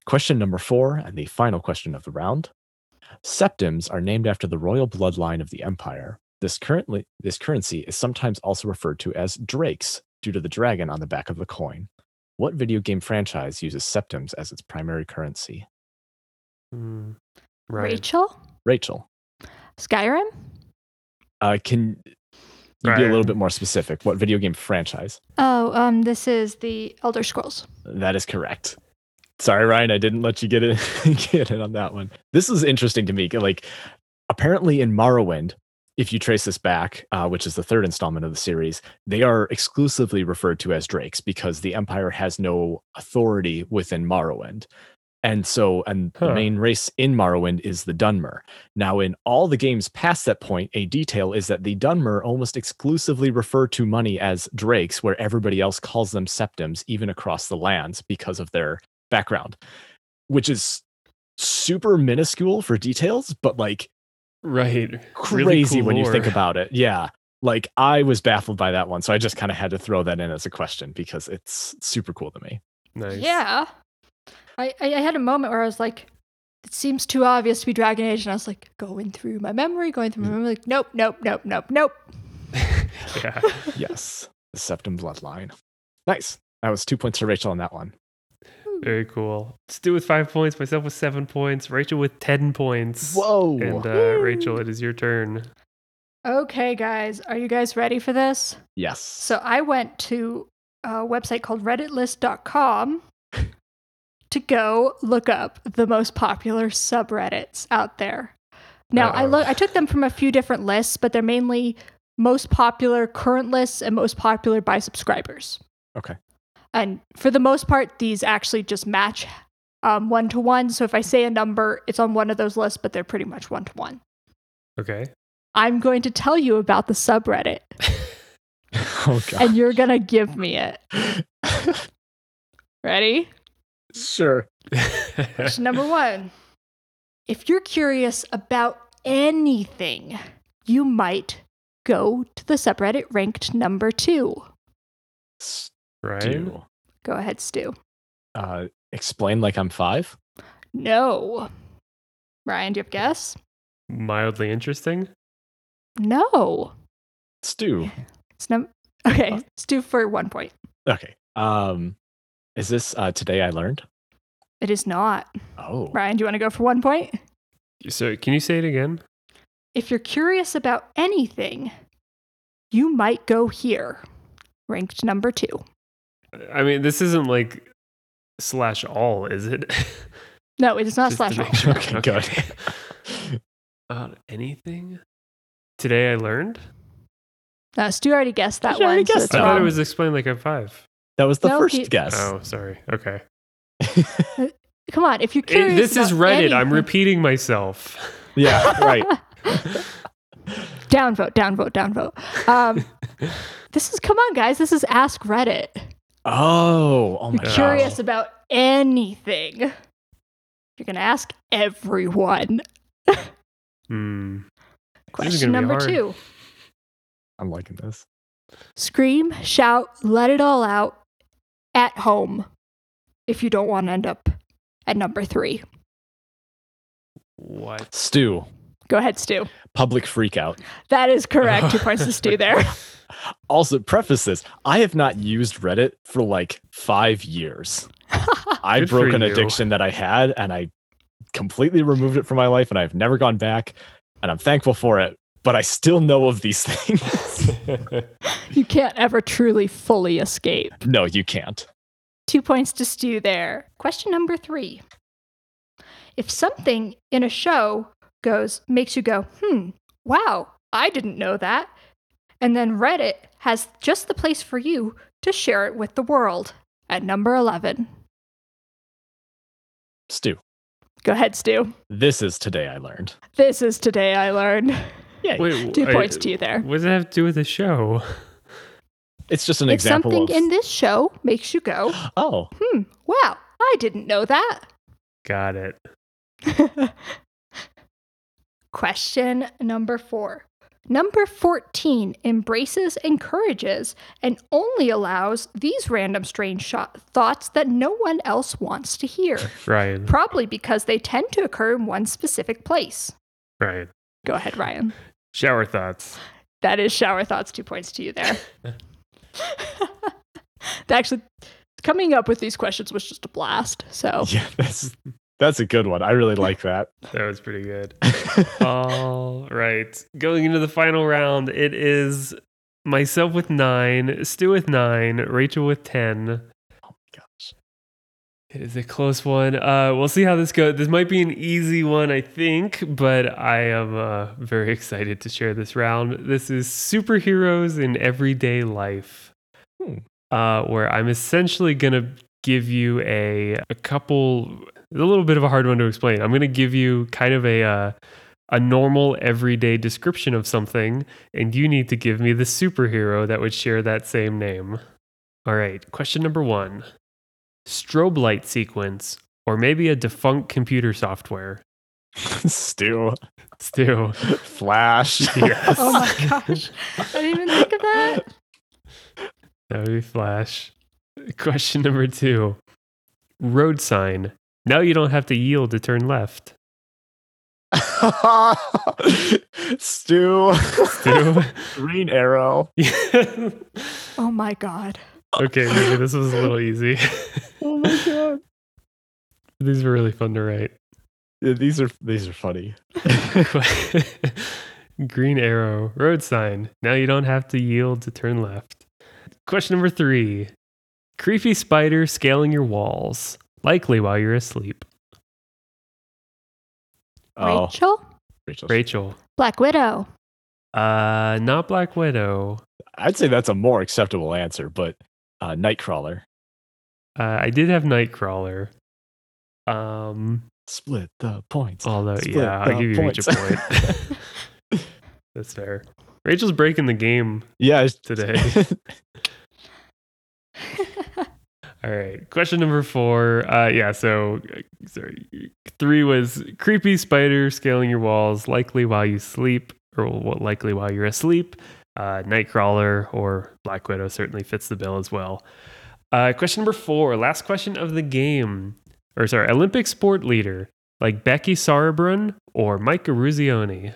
Speaker 2: Question number four, and the final question of the round. Septims are named after the royal bloodline of the empire. This currently this currency is sometimes also referred to as drakes due to the dragon on the back of the coin. What video game franchise uses septims as its primary currency?
Speaker 3: Hmm. Ryan.
Speaker 1: Rachel?
Speaker 2: Rachel,
Speaker 1: Skyrim?
Speaker 2: uh, can you be a little
Speaker 3: Ryan.
Speaker 2: bit more specific? What video game franchise?
Speaker 1: Oh, um, this is the Elder Scrolls.
Speaker 2: That is correct. Sorry, Ryan, I didn't let you get it <laughs> get in on that one. This is interesting to me. Like, apparently in Morrowind, if you trace this back, uh, which is the third installment of the series, they are exclusively referred to as Drakes because the Empire has no authority within Morrowind. And so, and the
Speaker 3: Huh.
Speaker 2: main race in Morrowind is the Dunmer. Now, in all the games past that point, a detail is that the Dunmer almost exclusively refer to money as drakes, where everybody else calls them septims, even across the lands, because of their background, which is super minuscule for details, but like
Speaker 3: Right.
Speaker 2: crazy
Speaker 3: Really cool
Speaker 2: when you think
Speaker 3: lore.
Speaker 2: about it. Yeah. Like I was baffled by that one. So I just kind of had to throw that in as a question because it's super cool to me.
Speaker 3: Nice.
Speaker 1: Yeah. I, I, I had a moment where I was like, it seems too obvious to be Dragon Age. And I was like, going through my memory, going through my memory, like, nope, nope, nope, nope, nope.
Speaker 3: <laughs> Yeah.
Speaker 2: yes. The Septum Bloodline. Nice. That was two points to Rachel on that one.
Speaker 3: Very cool. Stu with five points, myself with seven points, Rachel with 10 points.
Speaker 2: Whoa.
Speaker 3: And uh,
Speaker 1: Woo.
Speaker 3: Rachel, it is your turn.
Speaker 1: Okay, guys, are you guys ready for this?
Speaker 2: yes.
Speaker 1: So I went to a website called redditlist.com to go look up the most popular subreddits out there. Now I
Speaker 3: Uh-oh.
Speaker 1: look I took them from a few different lists, but they're mainly most popular current lists and most popular by subscribers.
Speaker 2: Okay.
Speaker 1: And for the most part, these actually just match um, one to one. So if I say a number, it's on one of those lists, but they're pretty much one to one.
Speaker 3: Okay.
Speaker 1: I'm going to tell you about the subreddit,
Speaker 2: <laughs> oh god.
Speaker 1: and you're gonna give me it. Ready?
Speaker 2: sure.
Speaker 1: Question number one. If you're curious about anything, you might go to the subreddit ranked number two.
Speaker 3: <laughs> right.
Speaker 2: Do
Speaker 1: Go ahead, Stu.
Speaker 2: uh, explain like I'm five.
Speaker 1: No. Ryan, do you have a guess?
Speaker 3: Mildly interesting.
Speaker 1: No.
Speaker 2: Stu.
Speaker 1: It's num- okay, Stu for one point.
Speaker 2: Okay. Um, is this uh, today I learned?
Speaker 1: It is not.
Speaker 2: Oh,
Speaker 1: Ryan, do you want to go for one point?
Speaker 3: So, can you say it again?
Speaker 1: If you're curious about anything, you might go here, ranked number two.
Speaker 3: I mean, this isn't like slash all, is it? <laughs>
Speaker 1: No, it is not
Speaker 3: Just
Speaker 1: slash
Speaker 3: to
Speaker 1: all.
Speaker 3: make sure.
Speaker 2: Okay, good.
Speaker 3: About anything? Today I learned?
Speaker 1: No, Uh, Stu already guessed that
Speaker 2: She
Speaker 1: one.
Speaker 2: already
Speaker 1: so
Speaker 2: guessed
Speaker 1: it's
Speaker 3: I thought it
Speaker 1: wrong.
Speaker 3: was explained like I'm five.
Speaker 2: that was the
Speaker 1: No,
Speaker 2: first
Speaker 1: he-
Speaker 2: guess.
Speaker 3: Oh, sorry. Okay. Oh.
Speaker 2: <laughs>
Speaker 1: Come on, if you're
Speaker 3: It-
Speaker 1: curious.
Speaker 3: this is
Speaker 1: about
Speaker 3: Reddit. I'm
Speaker 1: anything-
Speaker 3: repeating myself.
Speaker 1: <laughs>
Speaker 2: Yeah, right.
Speaker 1: Downvote, downvote, downvote. Um,
Speaker 3: <laughs>
Speaker 1: this is come on, guys. This is Ask Reddit.
Speaker 2: Oh, oh my
Speaker 3: Yeah.
Speaker 2: god.
Speaker 1: Curious about anything. You're gonna ask everyone.
Speaker 3: Hmm. This is
Speaker 1: Question
Speaker 3: gonna be
Speaker 1: number
Speaker 3: hard.
Speaker 1: two:
Speaker 2: I'm liking this.
Speaker 1: Scream, shout, let it all out at home. If you don't want to end up at number three,
Speaker 3: What?
Speaker 2: Stu,
Speaker 1: go ahead, Stu.
Speaker 2: public freakout.
Speaker 1: That is correct. Two points to Stu
Speaker 3: <laughs>
Speaker 1: there.
Speaker 2: Also, preface this: I have not used Reddit for like
Speaker 1: <laughs>
Speaker 2: five years. I
Speaker 3: Good for
Speaker 2: broke an
Speaker 3: you.
Speaker 2: addiction that I had, and I completely removed it from my life, and I've never gone back. And I'm thankful for it. But I still know of these <laughs>
Speaker 3: <laughs>
Speaker 2: things.
Speaker 1: You can't ever truly fully escape.
Speaker 2: no, you can't.
Speaker 1: Two points to Stu there. Question number three. If something in a show goes, makes you go, hmm, wow, I didn't know that, and then Reddit has just the place for you to share it with the world at number 11.
Speaker 2: Stu,
Speaker 1: Go ahead, Stu.
Speaker 2: this is today I learned.
Speaker 1: This is Today I Learned.
Speaker 2: Yeah,
Speaker 1: <laughs>
Speaker 3: Wait,
Speaker 1: Two
Speaker 3: I-
Speaker 1: points to you there.
Speaker 3: What does it have to do with the show? <laughs>
Speaker 2: it's just an
Speaker 1: if
Speaker 2: example
Speaker 1: something
Speaker 2: of.
Speaker 1: in this show makes you go, <gasps> <laughs>
Speaker 2: oh,
Speaker 1: hmm, wow, I didn't know that,
Speaker 3: Got it.
Speaker 1: <laughs> Question number four. Number 14 embraces, encourages, and only allows these random strange shot- thoughts that no one else wants to hear,
Speaker 3: Ryan.
Speaker 1: probably because they tend to occur in one specific place.
Speaker 3: Ryan.
Speaker 1: Go ahead, Ryan.
Speaker 3: Shower thoughts.
Speaker 1: That is shower thoughts. Two points to you there. <laughs> Actually, coming up with these questions was just a blast. So,
Speaker 2: yeah, that's that's a good one. I really like that. <laughs>
Speaker 3: That was pretty good. All right. Going into the final round, it is myself with nine, Stu with nine, Rachel with 10.
Speaker 2: Gosh.
Speaker 3: It is a close one. Uh, we'll see how this goes. This might be an easy one, I think, but I am uh, very excited to share this round. This is superheroes in everyday life,
Speaker 2: Hmm.
Speaker 3: uh, where I'm essentially going to give you a a couple, a little bit of a hard one to explain. I'm going to give you kind of a uh, a normal everyday description of something, and you need to give me the superhero that would share that same name. All right. Question number one strobe light sequence, or maybe a defunct computer software. <laughs>
Speaker 2: <laughs> Stu,
Speaker 3: Stu. <laughs>
Speaker 2: Flash.
Speaker 3: Yes.
Speaker 1: oh my gosh, I didn't even think of that.
Speaker 3: That would be Flash. Question number two Road sign. Now you don't have to yield to turn left. <laughs>
Speaker 2: <laughs> Stew.
Speaker 3: Stu.
Speaker 2: Green arrow.
Speaker 1: Oh my god.
Speaker 3: <laughs> okay, maybe this was a little easy. <laughs>
Speaker 2: Oh my god.
Speaker 3: These were really fun to write.
Speaker 2: Yeah, these are these are funny.
Speaker 3: <laughs> Green arrow, road sign. Now you don't have to yield to turn left. Question number three Creepy spider scaling your walls, likely while you're asleep.
Speaker 2: Oh,
Speaker 1: Rachel?
Speaker 2: Rachel.
Speaker 3: Rachel.
Speaker 1: Black Widow.
Speaker 3: Uh, not Black Widow.
Speaker 2: I'd say that's a more acceptable answer, but uh, Nightcrawler.
Speaker 3: Uh, I did have Nightcrawler. Um,
Speaker 2: Split the points.
Speaker 3: although
Speaker 2: Split
Speaker 3: Oh, yeah, I'll
Speaker 2: the
Speaker 3: give you each a point.
Speaker 2: points.
Speaker 3: <laughs> That's fair. Rachel's breaking the game
Speaker 2: <laughs> Yeah. it's-
Speaker 3: today. All right. Question number four. Uh, yeah. So, uh, sorry. Three was creepy spider scaling your walls, likely while you sleep, or well, likely while you're asleep. Uh, Nightcrawler or Black Widow certainly fits the bill as well. Uh, question number four. Last question of the game. Or sorry, Olympic sport leader like Becky Sarbrun or Mike Ruzioni.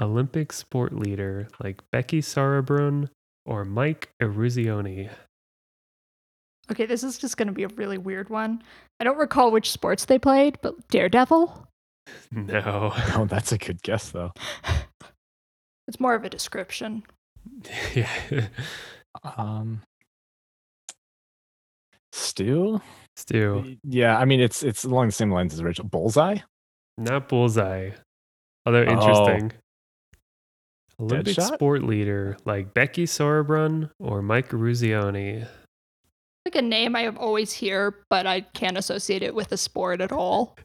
Speaker 3: Olympic sport leader like Becky Sarbrun or Mike Eruzioni.
Speaker 1: <laughs> Okay, this is just going to be a really weird one. I don't recall which sports they played, but Daredevil?
Speaker 3: No.
Speaker 2: <laughs>
Speaker 3: <laughs>
Speaker 2: oh, that's a good guess though.
Speaker 1: It's more of a description.
Speaker 3: yeah.
Speaker 2: Um, Stu.
Speaker 3: Stu.
Speaker 2: Yeah, I mean it's it's along the same lines as Rachel. Bullseye.
Speaker 3: Not bullseye. Although
Speaker 2: Oh.
Speaker 3: interesting. Olympic
Speaker 2: Deadshot?
Speaker 3: sport leader like Becky Sorbrun or Mike Ruzioni.
Speaker 1: Like a name I have always hear, but I can't associate it with a sport at all.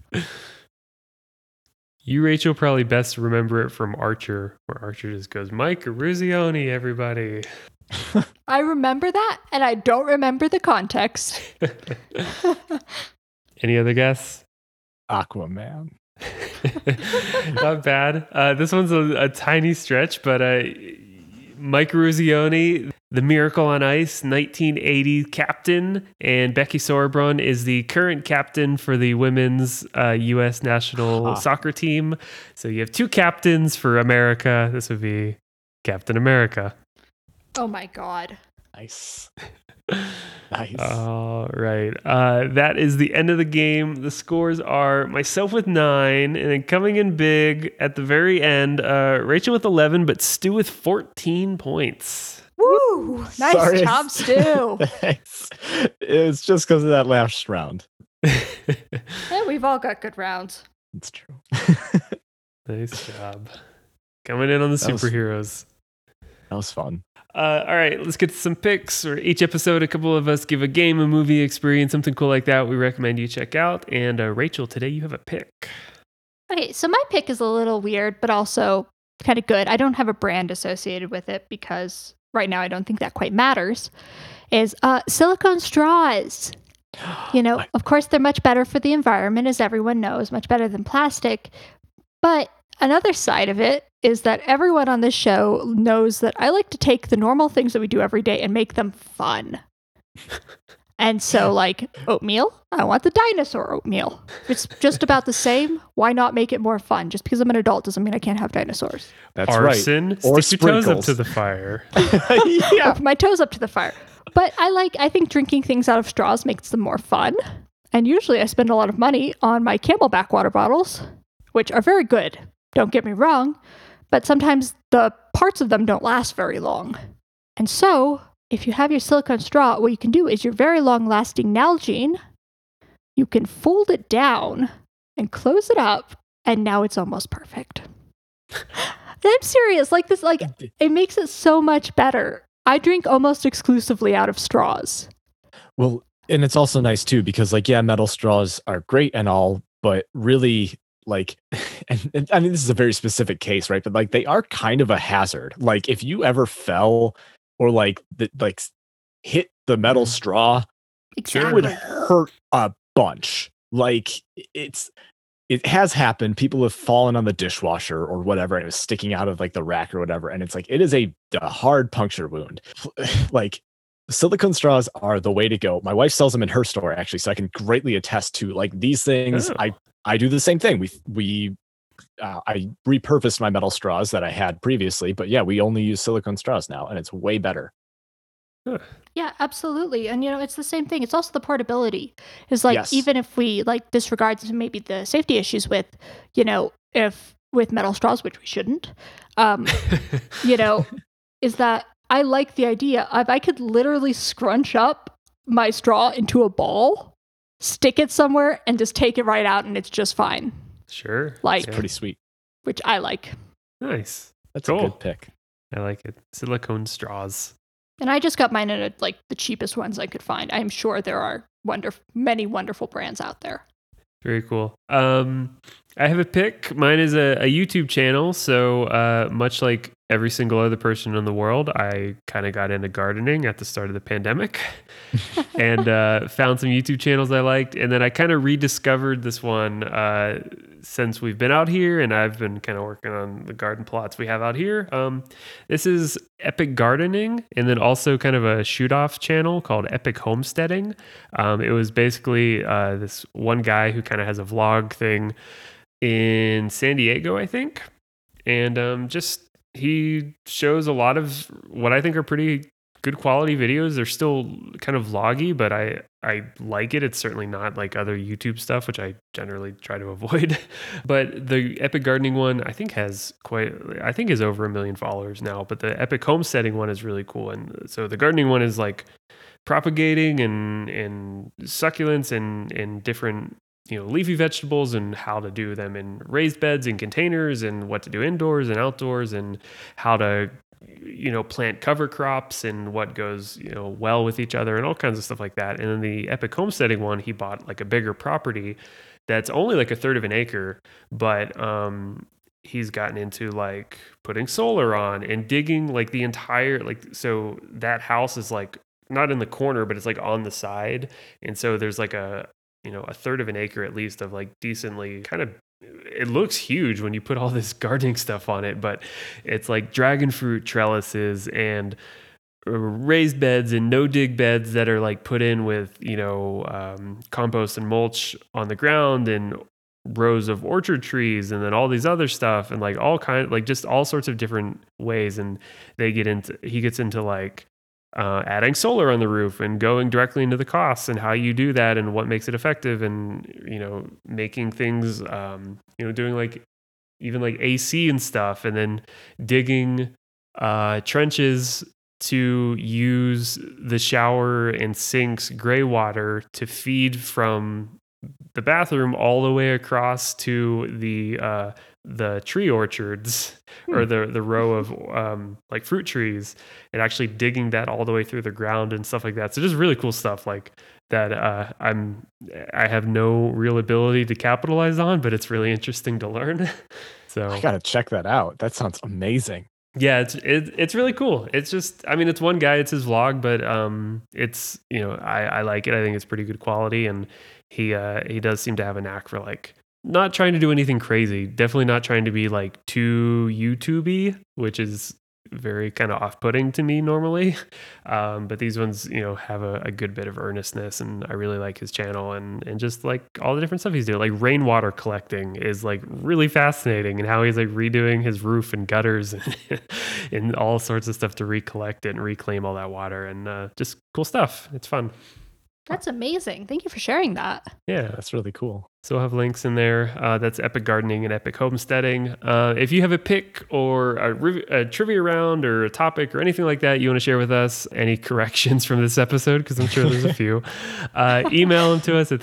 Speaker 3: You, Rachel, probably best remember it from Archer, where Archer just goes, Mike Ruzioni, everybody.
Speaker 1: I remember that, and I don't remember the
Speaker 2: <laughs>
Speaker 1: context. <laughs>
Speaker 3: Any other guess?
Speaker 2: Aquaman.
Speaker 3: <laughs> Not bad. Uh, this one's a, a tiny stretch, but uh, Mike Ruzioni, the Miracle on Ice 1980 captain, and Becky Sorbrun is the current captain for the women's uh, U.S.
Speaker 2: Huh.
Speaker 3: national soccer team. So you have two captains for America. This would be Captain America.
Speaker 1: oh my god.
Speaker 2: Nice. <laughs> Nice.
Speaker 3: All right. Uh, that is the end of the game. The scores are myself with nine, and then coming in big at the very end, uh, Rachel with 11, but Stu with
Speaker 2: <laughs>
Speaker 3: 14 points.
Speaker 1: Woo! Nice
Speaker 2: Sorry.
Speaker 1: job,
Speaker 2: <laughs>
Speaker 1: Stu.
Speaker 2: Thanks. It's just because of that last round.
Speaker 1: yeah, we've all got good rounds.
Speaker 2: It's true. <laughs>
Speaker 3: nice job. Coming in on the
Speaker 2: That was-
Speaker 3: superheroes.
Speaker 2: That was fun.
Speaker 3: Uh, all right, let's get to some picks. Or each episode, a couple of us give a game, a movie experience, something cool like that. We recommend you check out. And uh, Rachel, today you have a pick.
Speaker 1: Okay, so my pick is a little weird, but also kind of good. I don't have a brand associated with it because right now I don't think that quite matters. Is uh, silicone straws. You know,
Speaker 2: I-
Speaker 1: of course, they're much better for the environment, as everyone knows, much better than plastic. But another side of it is that everyone on this show knows that I like to take the normal things that we do every day and make them fun. and so, like oatmeal, I want the dinosaur oatmeal. If It's just about the same. Why not make it more fun? Just because I'm an adult doesn't mean I can't have dinosaurs.
Speaker 2: That's
Speaker 3: Arson,
Speaker 2: Or
Speaker 3: stick your toes up
Speaker 2: sprinkles.
Speaker 3: to the fire. <laughs>
Speaker 2: right. <laughs> yeah.
Speaker 1: Put my toes up to the fire. But I like, I think drinking things out of straws makes them more fun. And usually I spend a lot of money on my camelback water bottles, which are very good. Don't get me wrong. But sometimes the parts of them don't last very long. And so, if you have your silicone straw, what you can do is your very long lasting Nalgene, you can fold it down and close it up. And now it's almost perfect. I'm serious. Like this, like it makes it so much better. I drink almost exclusively out of straws.
Speaker 2: Well, and it's also nice too because, like, yeah, metal straws are great and all, but really, like, <laughs> and, and I mean, this is a very specific case, right? But like, they are kind of a hazard. Like, if you ever fell or like the, like s- hit the metal
Speaker 3: Mhm.
Speaker 2: straw, it would hurt a bunch. Like, it's it has happened. People have fallen on the dishwasher or whatever, and it was sticking out of like the rack or whatever. And it's like it is a, a hard puncture wound. <laughs> like silicone straws are the way to go. My wife sells them in her store actually, so I can greatly attest to like these things.
Speaker 3: Oh.
Speaker 2: I I do the same thing. We we uh, I repurposed my metal straws that I had previously, but yeah, we only use silicone straws now, and it's way better.
Speaker 1: Yeah, absolutely. And you know, it's the same thing. It's also the portability. Is like
Speaker 2: Yes.
Speaker 1: even if we like disregard maybe the safety issues with, you know, if with metal straws, which we shouldn't, um, you know, is that I like the idea of I could literally scrunch up my straw into a ball, stick it somewhere, and just take it right out, and it's just fine,
Speaker 3: sure.
Speaker 1: Like-
Speaker 3: Yeah.
Speaker 2: Pretty sweet.
Speaker 1: which I like.
Speaker 3: nice.
Speaker 2: That's a
Speaker 3: Cool.
Speaker 2: good pick.
Speaker 3: I like it. Silicone straws.
Speaker 1: And I just got mine at like the cheapest ones I could find. I'm sure there are wonderful, many wonderful brands out there.
Speaker 3: Very cool. Um, I have a pick. Mine is a, a YouTube channel. So, uh, much like every single other person in the world, I kind of got into gardening at the start of the pandemic and uh, found some YouTube channels I liked. And then I kind of rediscovered this one uh, since we've been out here and I've been kind of working on the garden plots we have out here. Um, this is Epic Gardening and then also kind of a shoot off channel called Epic Homesteading. Um, it was basically uh, this one guy who kind of has a vlog thing in San Diego, I think. And um, just he shows a lot of what I think are pretty good quality videos. They're still kind of vloggy, but I I like it. It's certainly not like other YouTube stuff, which I generally try to <laughs> avoid. but the Epic Gardening one, I think has quite I think is over a million followers now. But the Epic Homesteading one is really cool, and so the gardening one is like propagating and and succulents and and different you know leafy vegetables and how to do them in raised beds and containers and what to do indoors and outdoors and how to you know plant cover crops and what goes you know well with each other and all kinds of stuff like that and then the epic homesteading one he bought like a bigger property that's only like a third of an acre but um he's gotten into like putting solar on and digging like the entire like so that house is like not in the corner but it's like on the side and so there's like a you know a third of an acre at least of like decently kind of it looks huge when you put all this gardening stuff on it but it's like dragon fruit trellises and uh, raised beds and no dig beds that are like put in with you know um, compost and mulch on the ground and rows of orchard trees and then all these other stuff and like all kind like just all sorts of different ways and they get into he gets into like uh, adding solar on the roof and going directly into the costs and how you do that and what makes it effective and you know making things um, you know doing like even like AC and stuff and then digging uh, trenches to use the shower and sinks gray water to feed from the bathroom all the way across to the uh, the tree orchards or the the row of um, like fruit trees and actually digging that all the way through the ground and stuff like that. So just really cool stuff like that. Uh, I'm I have no real ability to capitalize on, but it's really interesting to learn. <laughs> so
Speaker 2: I gotta check that out. That sounds amazing.
Speaker 3: yeah it's it, it's really cool it's just i mean it's one guy it's his vlog but um it's you know i i like it i think it's pretty good quality and he uh he does seem to have a knack for like not trying to do anything crazy definitely not trying to be like too youtubey which is very kind of off-putting to me normally um but these ones you know have a, a good bit of earnestness and i really like his channel and and just like all the different stuff he's doing like rainwater collecting is like really fascinating and how he's like redoing his roof and gutters <laughs> and, and all sorts of stuff to recollect it and reclaim all that water and uh, just cool stuff it's fun
Speaker 1: That's amazing. Thank you for sharing that.
Speaker 3: yeah
Speaker 2: That's really cool.
Speaker 3: so I'll have links in there. Uh, that's Epic Gardening and Epic Homesteading. Uh, if you have a pick or a, riv- a trivia round or a topic or anything like that you want to share with us, any <laughs> corrections from this episode, because I'm sure there's a few, uh, email them to us at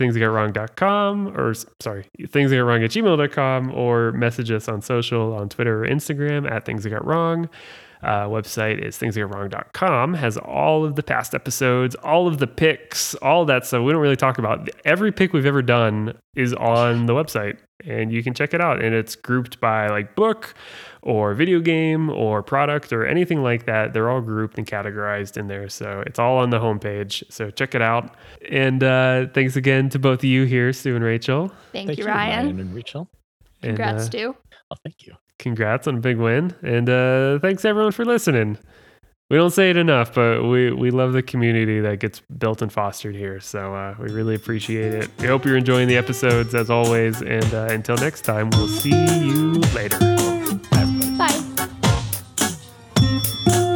Speaker 3: thingsgotwrong.com or, s- sorry, thingsgotwrong at gmail.com or message us on social, on Twitter or Instagram at things that got wrong uh, website is thingsgotrong.com has all of the past episodes all of the picks all that stuff we don't really talk about every pick we've ever done is on the website and you can check it out and it's grouped by like book or video game or product or anything like that they're all grouped and categorized in there so it's all on the homepage so check it out and uh, thanks again to both of you here sue and rachel
Speaker 1: Thank, you, Ryan. uh,
Speaker 2: and Rachel.
Speaker 3: And,
Speaker 1: Congrats,
Speaker 3: uh,
Speaker 1: Stu.
Speaker 2: Oh, thank you.
Speaker 3: congrats on a big win and uh, thanks everyone for listening we don't say it enough, but we, we love the community that gets built and fostered here. So uh, we really appreciate it. We hope you're enjoying the episodes as always. And uh, until next time, we'll see you later.
Speaker 1: Bye.